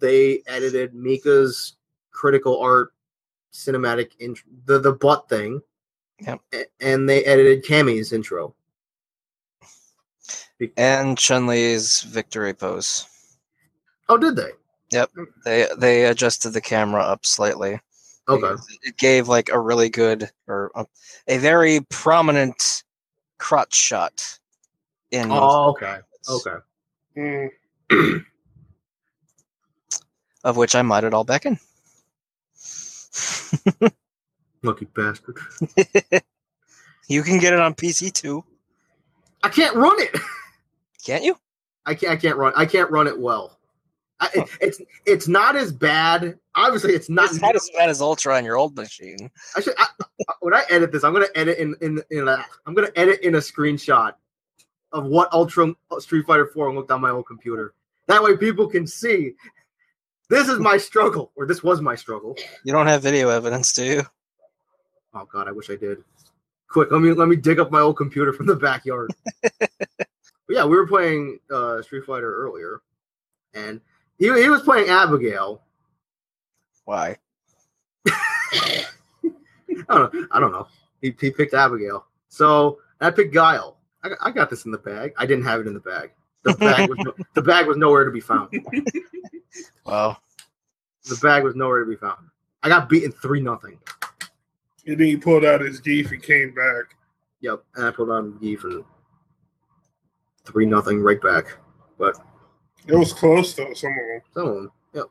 S1: They edited Mika's critical art cinematic int- the the butt thing.
S2: Yep.
S1: A- and they edited Cammy's intro.
S2: And Chun Li's victory pose.
S1: Oh, did they?
S2: They they adjusted the camera up slightly.
S1: Okay.
S2: because It gave like a really good or a, a very prominent crotch shot. In
S1: Oh, okay. Okay.
S3: mm,
S2: Of which I might it all back in.
S1: Lucky bastard.
S2: You can get it on PC too,
S1: I can't run it.
S2: can't you?
S1: I can't. I can't run. I can't run it well. I, it, it's it's not as bad. Obviously, it's not.
S2: It's not as bad as Ultra on your old machine.
S1: I should. I, I- when I edit this, I'm gonna edit in in in a, I'm gonna edit in a screenshot of what Ultra uh, Street Fighter Four looked on my old computer. That way, people can see this is my struggle, or this was my struggle.
S2: You don't have video evidence, do you?
S1: Oh God, I wish I did. Quick, let me let me dig up my old computer from the backyard. But yeah, we were playing uh, Street Fighter earlier, and he he was playing Abigail.
S2: Why?
S1: I don't know. I don't know. He, he picked Abigail. So I picked Guile. I, got- I got this in the bag. I didn't have it in the bag. The bag was no, the bag was nowhere to be found.
S2: Well,
S1: The bag was nowhere to be found. I got beaten three nothing.
S3: And then he pulled out his geef and came back.
S1: Yep, and I put on Eve and three nothing right back.
S3: It was close though. Some of them.
S1: Some of them. Yep.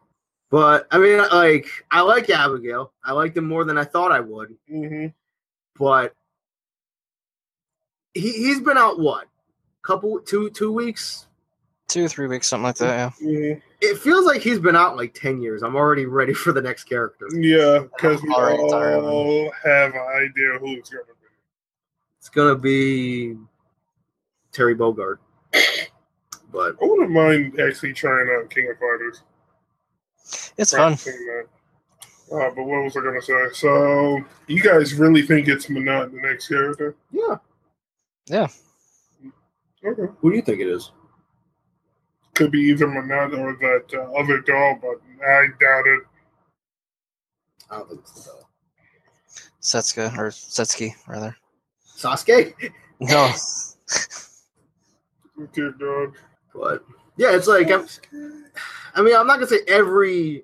S1: But I mean, like I like Abigail. I liked him more than I thought I would.
S3: hmm
S1: But he he's been out what couple two two weeks.
S2: two, three weeks, something like that.
S3: hmm
S1: It feels like he's been out like ten years. I'm already ready for the next character.
S3: Yeah, because we
S2: All right,
S3: all
S2: sorry,
S3: have an idea who it's gonna be.
S1: It's gonna be Terry Bogard. But
S3: I wouldn't mind actually trying out King of Fighters.
S2: Yeah, it's fun.
S3: practicing that. Uh, but what was I gonna say? So you guys really think it's Minot the next character?
S1: yeah,
S3: Okay,
S1: who do you think it is?
S3: could be either Minot or that uh, other doll, but I doubt it.
S1: I don't think it's the dog.
S2: Setsuka or Setsuki rather.
S1: Sasuke.
S2: No,
S3: Okay, dog.
S1: But yeah, it's like I'm, I mean, I'm not gonna say every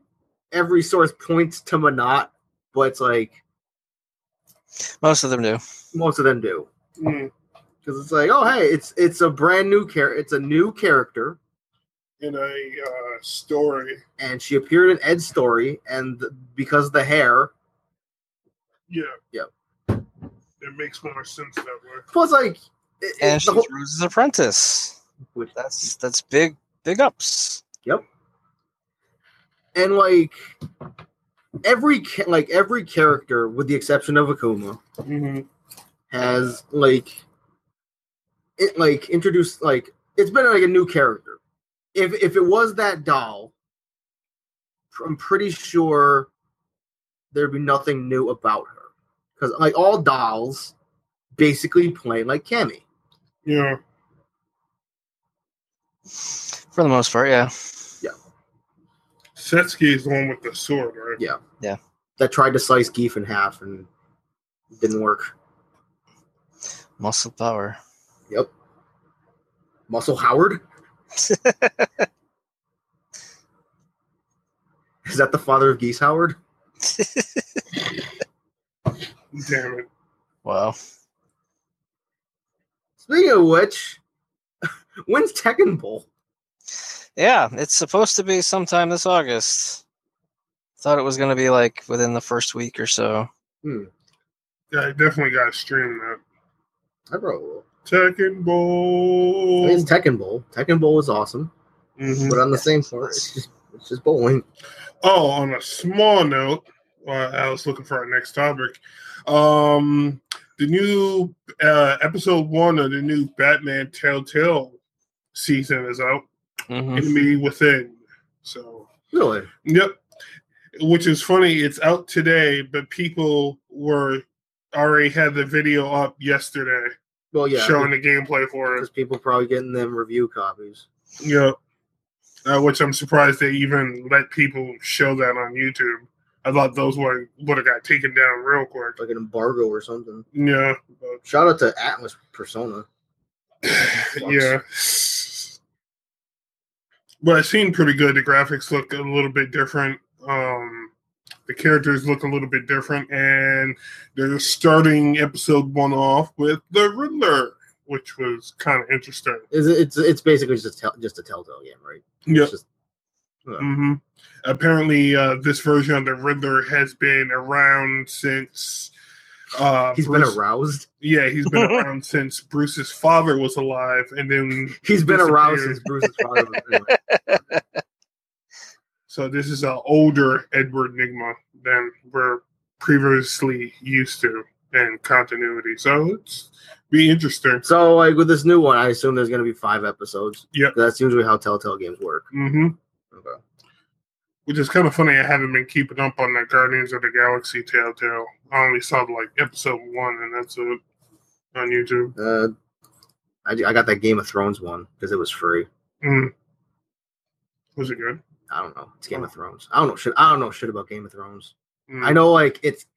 S1: every source points to Monat, but it's like
S2: most of them do.
S1: most of them do
S3: Mm,
S1: because it's like, oh hey, it's it's a brand new character. It's a new character,
S3: in a uh, story,
S1: and she appeared in Ed's story, and because of the hair,
S3: yeah,
S1: Yep.
S3: it makes more sense that way.
S1: plus like. it- it-
S2: And
S1: the
S2: she's
S1: whole-
S2: Rose's apprentice.
S1: Which-
S2: That's that's big big ups.
S1: and like every cha- like every character with the exception of akuma
S3: Mm-hmm.
S1: has like it like introduced like it's been like a new character if if it was that doll pr- i'm pretty sure there'd be nothing new about her because like all dolls basically play like cammy
S3: Yeah,
S2: For the most part, yeah.
S3: Setsuki is the one with the sword, right?
S1: Yeah. that tried to slice geef in half and didn't work
S2: Muscle power.
S1: yep muscle howard Is that the father of Geese Howard?
S3: Damn it.
S2: wow.
S1: Speaking of which, when's Tekken Bowl?
S2: Yeah, it's supposed to be sometime this August. Thought it was gonna be like within the first week or so.
S3: Yeah, I definitely got to stream that.
S1: I probably will.
S3: Tekken Bowl.
S1: It's Tekken Bowl. Tekken Bowl is awesome,
S3: Mhm.
S1: but on the same part, it's just it's just bowling.
S3: Oh, on a small note, uh, I was looking for our next topic. Um, the new uh, episode one of the new Batman Telltale season is out.
S2: Mhm.
S3: Enemy Within. So,
S1: Really?
S3: yep. Which is funny. It's out today, but people were already had the video up yesterday
S1: Well, yeah.
S3: showing the gameplay for it.
S1: Because people probably getting them review copies.
S3: Yeah. Uh, which I'm surprised they even let people show that on YouTube. I thought those would would have got taken down real quick.
S1: Like an embargo or something.
S3: Yeah.
S1: Shout out to Atlas Persona.
S3: yeah. But it seemed pretty good. The graphics look a little bit different. Um, the characters look a little bit different, and they're starting episode one off with the Riddler, which was kind of interesting.
S1: Is it, it's it's basically just a tel- just a Telltale game, right?
S3: Yeah,
S1: It's just
S3: hmm Apparently, uh, this version of the Riddler has been around since. Uh,
S1: He's
S3: Bruce-
S1: been aroused.
S3: Yeah, he's been around since Bruce's father was alive, and then
S1: He's been aroused
S3: disappeared.
S1: since Bruce's father. was- anyway.
S3: So this is an older Edward Nigma than we're previously used to in continuity. So it's be interesting.
S1: So, like with this new one, I assume there's going to be five episodes.
S3: Yep.
S1: That's usually how Telltale games work.
S3: hmm
S1: Okay.
S3: Which is kind of funny. I haven't been keeping up on the Guardians of the Galaxy Telltale. I only saw like episode one, and that's it on YouTube.
S1: Uh, I, I got that Game of Thrones one because it was free.
S3: Mm. Was it good?
S1: I don't know. It's Game
S3: Oh.
S1: of Thrones. I don't know shit. I don't know shit about Game of Thrones.
S3: Mm.
S1: I know like it's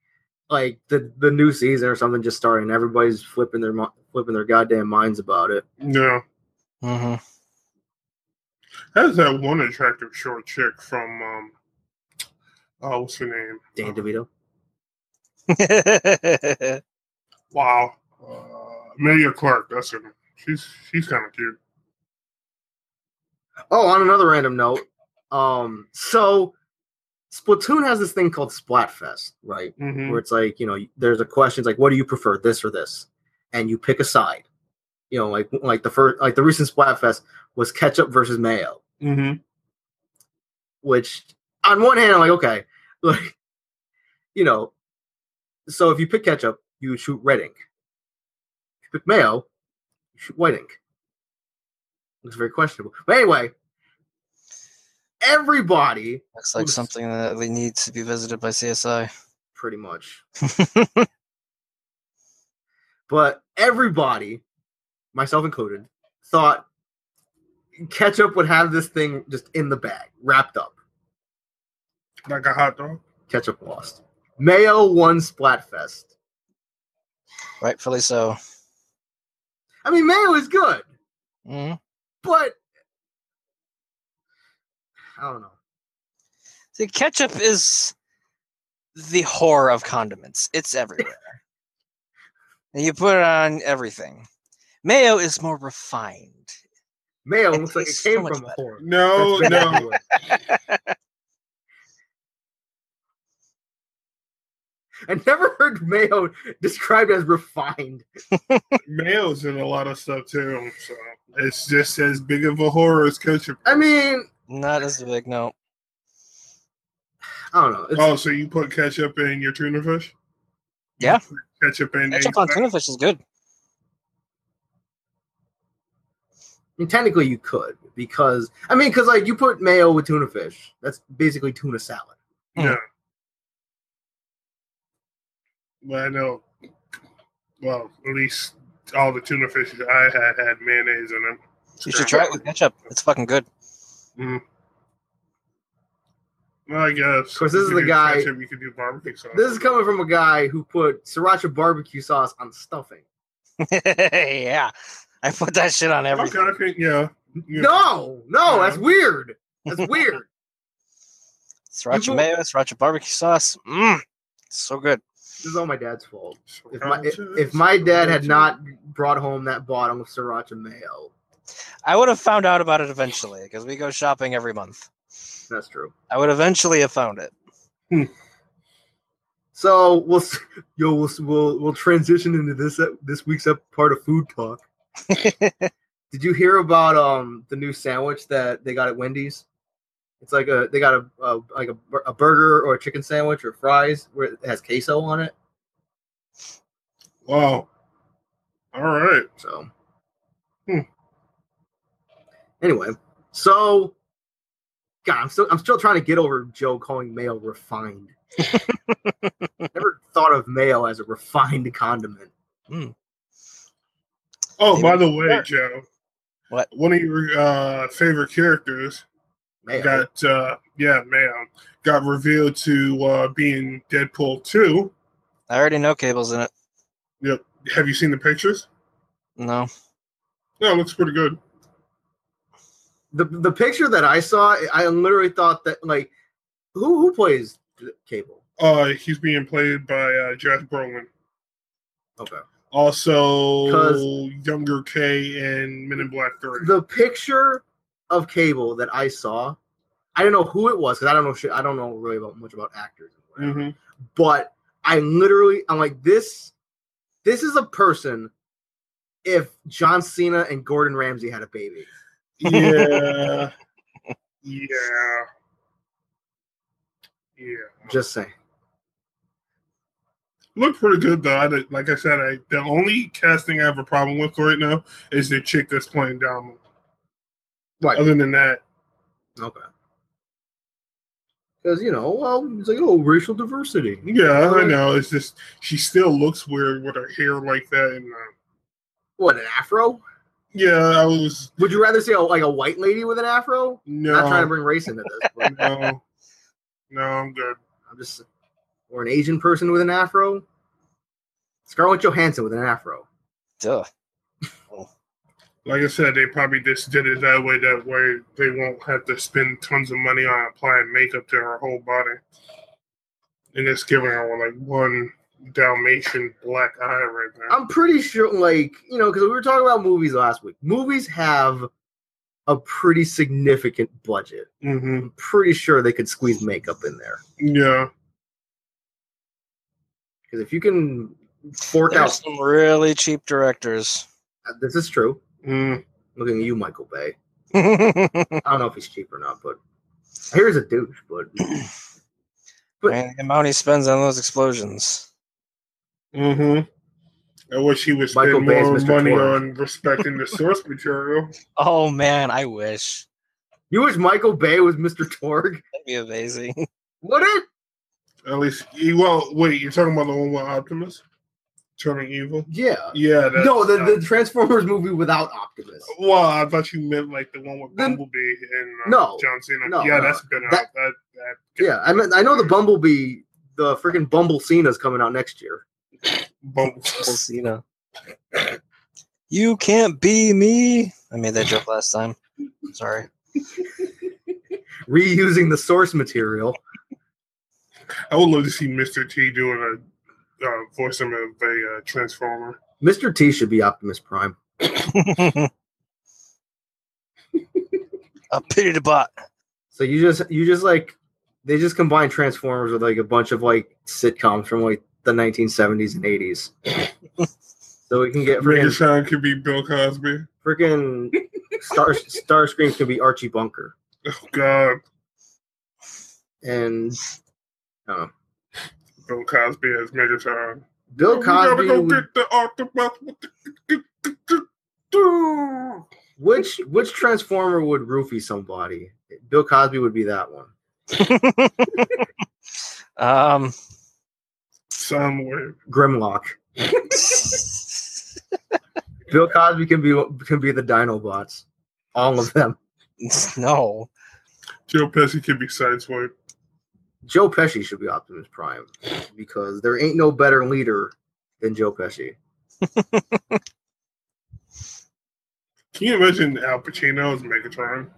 S1: like the the new season or something just started, and everybody's flipping their mi- flipping their goddamn minds about it.
S3: Yeah.
S2: hmm
S3: How's that one attractive short chick from um oh what's her name?
S1: Dan DeVito.
S2: Mm-hmm.
S3: Wow. Uh, Amelia Clark, that's her name. She's she's kinda cute.
S1: Oh, on another random note, um, so Splatoon has this thing called Splatfest, right?
S3: Mm-hmm.
S1: Where it's like you know, there's a question. It's like, what do you prefer, this or this? And you pick a side. You know, like like the first like the recent Splatfest was ketchup versus mayo.
S3: Mm-hmm.
S1: which on one hand, I'm like, okay, like, you know, so if you pick ketchup, you shoot red ink. If you pick mayo, you shoot white ink. Looks very questionable. But anyway, everybody
S2: Looks like something that we need to be visited by CSI.
S1: pretty much, but everybody, myself included, thought ketchup would have this thing just in the bag, wrapped up.
S3: Like a hot dog.
S1: Ketchup lost. Mayo won Splatfest.
S2: Rightfully so.
S1: I mean, mayo is good.
S2: hmm
S1: but I don't know.
S2: The ketchup is the horror of condiments. It's everywhere. and you put it on everything. Mayo is more refined.
S1: Mayo
S2: It
S1: looks like it
S2: tastes so
S1: came
S2: much
S1: from a
S2: better.
S1: horn.
S3: No,
S1: That's
S3: no.
S1: exactly what- I never heard mayo described as refined.
S3: Mayo's in a lot of stuff too. So it's just as big of a horror as ketchup.
S1: I mean,
S2: Not as big, no.
S1: I don't know. It's,
S3: Oh, so you put ketchup in your tuna fish?
S2: Yeah.
S3: Ketchup in
S2: Ketchup
S3: eggs.
S2: on tuna fish is good.
S1: I mean, technically, you could because I mean, because like you put mayo with tuna fish, that's basically tuna salad.
S3: Well, I know. Well, at least all the tuna fish I had had mayonnaise in them.
S2: You should try it with ketchup. It's fucking good.
S3: Well, I guess.
S1: Of course, this
S3: You
S1: is
S3: could
S1: the
S3: do
S1: guy-
S3: Ketchup, you could do barbecue sauce.
S1: This is coming from a guy who put sriracha barbecue sauce on stuffing.
S2: yeah. I put that shit on everything.
S3: Okay, I think, yeah. yeah.
S1: No, no, that's
S3: Yeah.
S1: weird. That's weird.
S2: Sriracha
S1: go-
S2: mayo, sriracha barbecue sauce. Mmm. So good.
S1: this is all my dad's fault. If my if, if my dad had not brought home that bottle of sriracha mayo,
S2: I would have found out about it eventually because we go shopping every month.
S1: that's true.
S2: I would eventually have found it.
S1: So we'll s- yo we'll s- we'll, we'll transition into this ep- this week's ep- part of food talk. Did you hear about um the new sandwich that they got at Wendy's? It's like a they got a, a like a, bur- a burger or a chicken sandwich or fries where it has queso on it.
S3: Wow. All right.
S1: So
S3: Hmm.
S1: anyway, so God, I'm still I'm still trying to get over Joe calling mayo refined. Never thought of mayo as a refined condiment.
S3: Oh,
S2: Maybe
S3: by the
S2: we
S3: way,
S2: start.
S3: Joe.
S2: What?
S3: One of your uh, favorite characters
S1: Mayo.
S3: got, uh, yeah, man, got revealed to uh, being Deadpool 2.
S2: I already know cables in it.
S3: Yep. Have you seen the pictures?
S2: No.
S3: Yeah, it looks pretty good.
S1: The the picture that I saw, I literally thought that like who who plays cable?
S3: Uh, he's being played by uh, Josh Brolin.
S1: Okay.
S3: Also,
S1: 'Cause-
S3: younger K and Men in Black Three.
S1: The picture of cable that I saw I don't know who it was because I don't know shit. I don't know really about much about actors, and whatever.
S3: hmm
S1: but I literally I'm like this. This is a person. If John Cena and Gordon Ramsay had a baby,
S3: Yeah. yeah. Yeah.
S1: just saying.
S3: Looked pretty good though. I did- like I said, I, the only casting I have a problem with right now is the chick that's playing Domino.
S1: Right.
S3: Other than that,
S1: Okay. Because you know, well, it's like oh, racial diversity.
S3: yeah, I know. It's just she still looks weird with her hair like that. And uh,
S1: What an afro?
S3: yeah, I was
S1: Would you rather see a, like a white lady with an afro?
S3: no,
S1: Not trying to bring race into this. But
S3: no, no, I'm good.
S1: I'm just or an Asian person with an afro. Scarlett Johansson with an afro.
S2: Duh.
S3: Like I said, they probably just did it that way. That way, they won't have to spend tons of money on applying makeup to her whole body, and it's giving her like one Dalmatian black eye right there.
S1: I'm pretty sure, like you know, because we were talking about movies last week. Movies have a pretty significant budget.
S3: Mm-hmm.
S1: I'm pretty sure they could squeeze makeup in there
S3: Yeah.
S1: because if you can fork
S2: There's
S1: out,
S2: some really cheap directors.
S1: this is true.
S3: Mm.
S1: Looking at you, Michael Bay.
S2: and
S1: I don't know if he's cheap or not, but I hear he's a douche. But But-
S2: the amount he spends on those explosions.
S3: Mm-hmm. I wish he would
S1: Michael
S3: spend
S1: Bay's
S3: more
S1: Mr.
S3: money
S1: Torrance.
S3: on respecting the source material.
S2: Oh man, I wish.
S1: you wish Michael Bay was Mr. Torg?
S2: That'd be amazing.
S1: Would it?
S3: At least, well, wait, you're talking about the one with Optimus turning evil?
S1: Yeah.
S3: Yeah. That's,
S1: No,
S3: Oh,
S1: the, the Transformers movie without Optimus.
S3: Well, I thought you meant like the one with
S1: The-
S3: Bumblebee and uh,
S1: No.
S3: John Cena.
S1: No,
S3: yeah,
S1: no.
S3: that's been out.
S1: That-
S3: That, that,
S1: Yeah, I mean, I know the Bumblebee, the freaking Bumble Cena's coming out next year.
S3: Bumble.
S2: John Cena. You can't be me. I made that joke last time. Sorry.
S1: Reusing the source material.
S3: I would love to see Mr. T doing a uh, voice of a uh, Transformer.
S1: Mr. T should be Optimus Prime.
S2: a pity to bot.
S1: So you just you just like they just combine Transformers with like a bunch of like sitcoms from like the 1970s and 80s. so we can get freaking
S3: Megatron could be Bill Cosby.
S1: freaking Star Starscream can be Archie Bunker
S3: Oh, God.
S1: and I don't know.
S3: Bill Cosby as Megatron.
S1: Bill Cosby.
S3: We gotta go
S1: would-
S3: get the octopus with the-
S1: Which which Transformer would roofie somebody? Bill Cosby would be that one.
S2: Um,
S3: Somewhere.
S1: Grimlock. Bill Cosby can be can be the Dinobots. All of them.
S2: no.
S3: Joe Pesci could be sideswiped.
S1: Joe Pesci should be Optimus Prime because there ain't no better leader than Joe Pesci.
S3: Can you imagine Al Pacino as Megatron?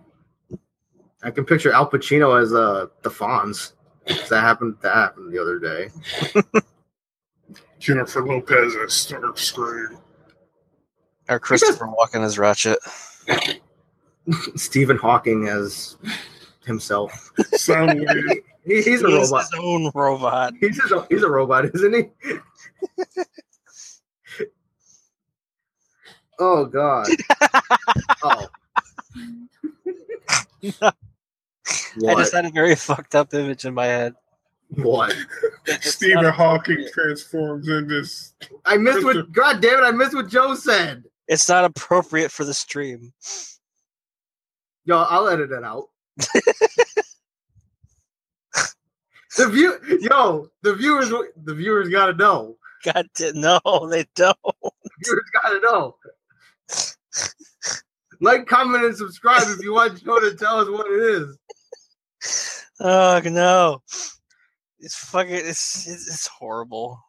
S1: I can picture Al Pacino as uh the Fonz. 'Cause That happened that happened the other day.
S3: Jennifer Lopez as Starscream.
S2: Or Christopher Walken as Ratchet.
S1: Stephen Hawking as himself.
S3: Somewhere.
S1: He, he's a
S2: He's
S1: robot.
S2: his own robot.
S1: He's just a, he's a robot, isn't he? oh God! Oh.
S2: I
S1: what?
S2: just had a very fucked up image in my head.
S1: what?
S2: It's
S3: Stephen
S2: not-
S3: Hawking transforms into s-
S1: I missed what? God damn it! I missed what Joe said.
S2: It's not appropriate for the stream.
S1: Yo, I'll edit it out. the view, yo, the viewers, the viewers gotta know.
S2: God, da- no, they don't.
S1: viewers gotta know. Like, comment, and subscribe if you want Joe to tell us what it is.
S2: Oh no, it's fucking. It's it's, it's horrible.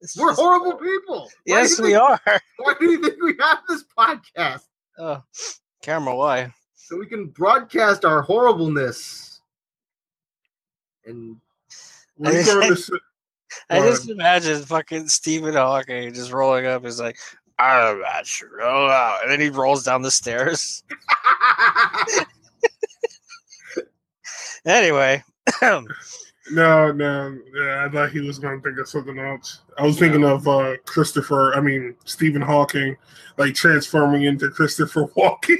S2: It's
S1: We're
S2: just-
S1: horrible people. Why do
S2: Yes,
S1: you
S2: we
S1: think-
S2: are.
S1: Why do you think we have this podcast?
S2: Oh, camera, why?
S1: So we can broadcast our horribleness. And
S3: regardless.
S2: I
S3: Why?
S2: just imagine fucking Stephen Hawking just rolling up. He's like, I'm not sure. roll out," And then he rolls down the stairs. Anyway,
S3: No, no, yeah, I thought he was going to think of something else. I was thinking of uh, Christopher, I mean, Stephen Hawking, like transforming into Christopher Walken.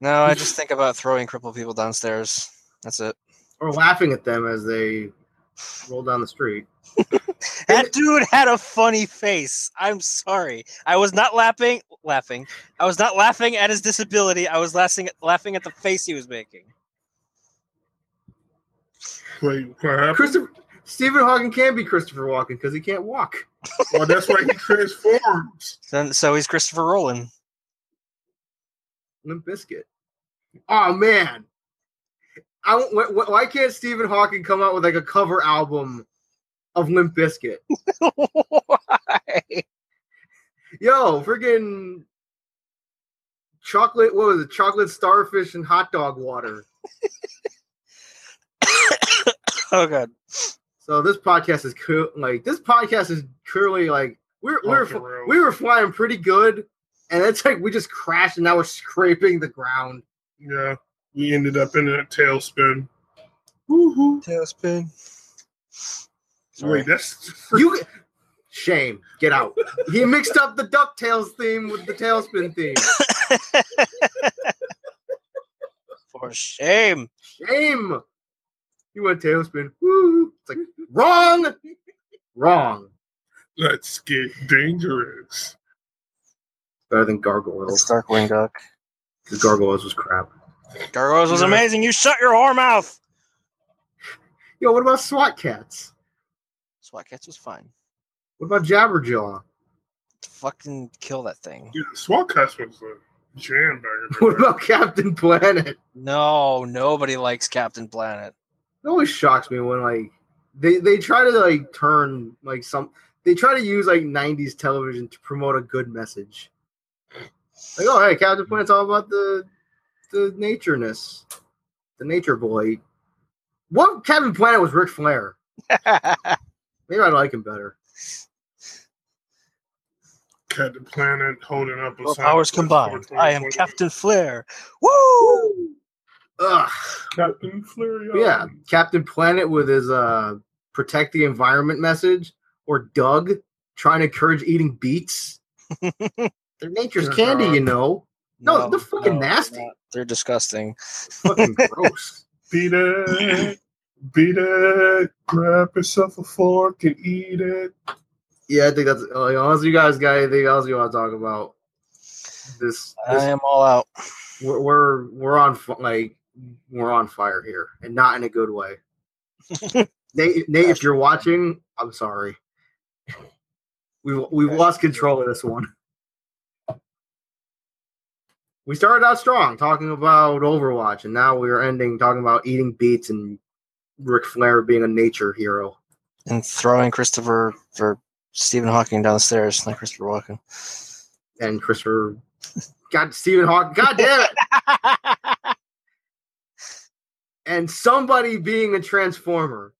S2: no, I just think about throwing crippled people downstairs. That's it.
S1: Or laughing at them as they roll down the street.
S2: That dude had a funny face. I'm sorry. I was not laughing. Laughing. I was not laughing at his disability. I was laughing laughing at the face he was making.
S3: Wait, what happened?
S1: Christopher Stephen Hawking can be Christopher Walken because he can't walk.
S3: Well, Oh, that's why he transforms.
S2: Then, so he's Christopher Roland.
S1: Limp Biscuit. Oh man, I won't- wh- wh- why can't Stephen Hawking come out with like a cover album of Limp Biscuit?
S2: Oh, Why?
S1: Yo, freaking chocolate. What was it? Chocolate starfish and hot dog water.
S2: Oh god.
S1: So this podcast is cool. Like this podcast is clearly like we're we're
S3: Off the
S1: fl-
S3: road.
S1: we were flying pretty good, and it's like we just crashed and now we're scraping the ground.
S3: Yeah, we ended up in a tailspin. Woohoo.
S2: Tailspin. Sorry.
S3: Wait, that's
S1: You shame. Get out. He mixed up the Ducktales theme with the Tailspin theme.
S2: For shame.
S1: Shame. You went tailspin. Woo. It's like wrong, wrong.
S3: let's get dangerous.
S1: Better than
S2: It's
S1: gargoyles.
S2: Darkwing Duck.
S1: Because gargoyles was crap.
S2: Gargoyles was amazing. You shut your whore mouth.
S1: Yo, what about SWAT cats?
S2: SWAT cats was fine.
S1: What about Jabberjaw?
S2: Fucking kill that thing.
S3: Yeah, SWAT cast was a jam back in
S1: What
S3: the day.
S1: about Captain Planet?
S2: No, nobody likes Captain Planet.
S1: It always shocks me when like they they try to like turn like some they try to use like '90s television to promote a good message. Like, oh hey, Captain Planet's all about the the natureness, the nature boy. What Captain Planet was Ric Flair? Maybe I like him better.
S3: Cat the planet holding up. a sign
S2: powers
S3: that says
S2: combined.
S3: 420.
S2: I am Captain Flair. Woo!
S1: Ugh.
S3: Captain Fleury.
S1: Yeah, Captain Planet with his uh protect the environment message, or Doug trying to encourage eating beets. They're nature's candy, you know. No, they're fucking
S2: they're
S1: nasty.
S2: not. They're disgusting.
S1: Fucking gross.
S3: Beat it. Beat it. Grab yourself a fork and eat it.
S1: Yeah, I think that's like, unless you guys got anything else you want to talk about. This,
S2: I
S1: this
S2: am all out.
S1: we're, we're we're on fi- like we're on fire here, and not in a good way. Nate, Nate, if you're watching, I'm sorry. We've we've lost control of this one. We started out strong talking about Overwatch, and now we are ending talking about eating beets and Ric Flair being a nature hero.
S2: And throwing Christopher or Stephen Hawking downstairs, like Christopher Walken.
S1: and Christopher. God, Stephen Hawking. God damn it! And somebody being a transformer,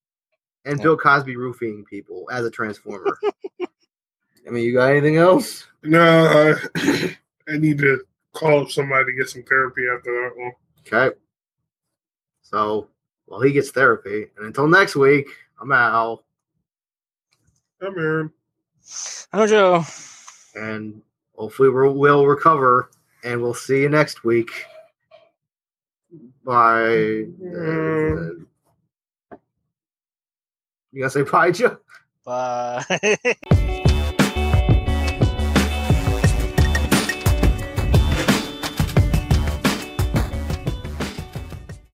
S1: and
S2: Yeah.
S1: Bill Cosby roofing people as a transformer. I mean, you got anything else?
S3: No, I, I need to call up somebody to get some therapy after that one.
S1: Okay. So, well, he gets therapy, and until next week, I'm Al,
S3: I'm Aaron.
S2: Oh, Joe.
S1: and hopefully we'll, we'll recover, and we'll see you next week. Bye.
S3: Mm.
S1: You gotta say bye, Joe.
S2: Bye.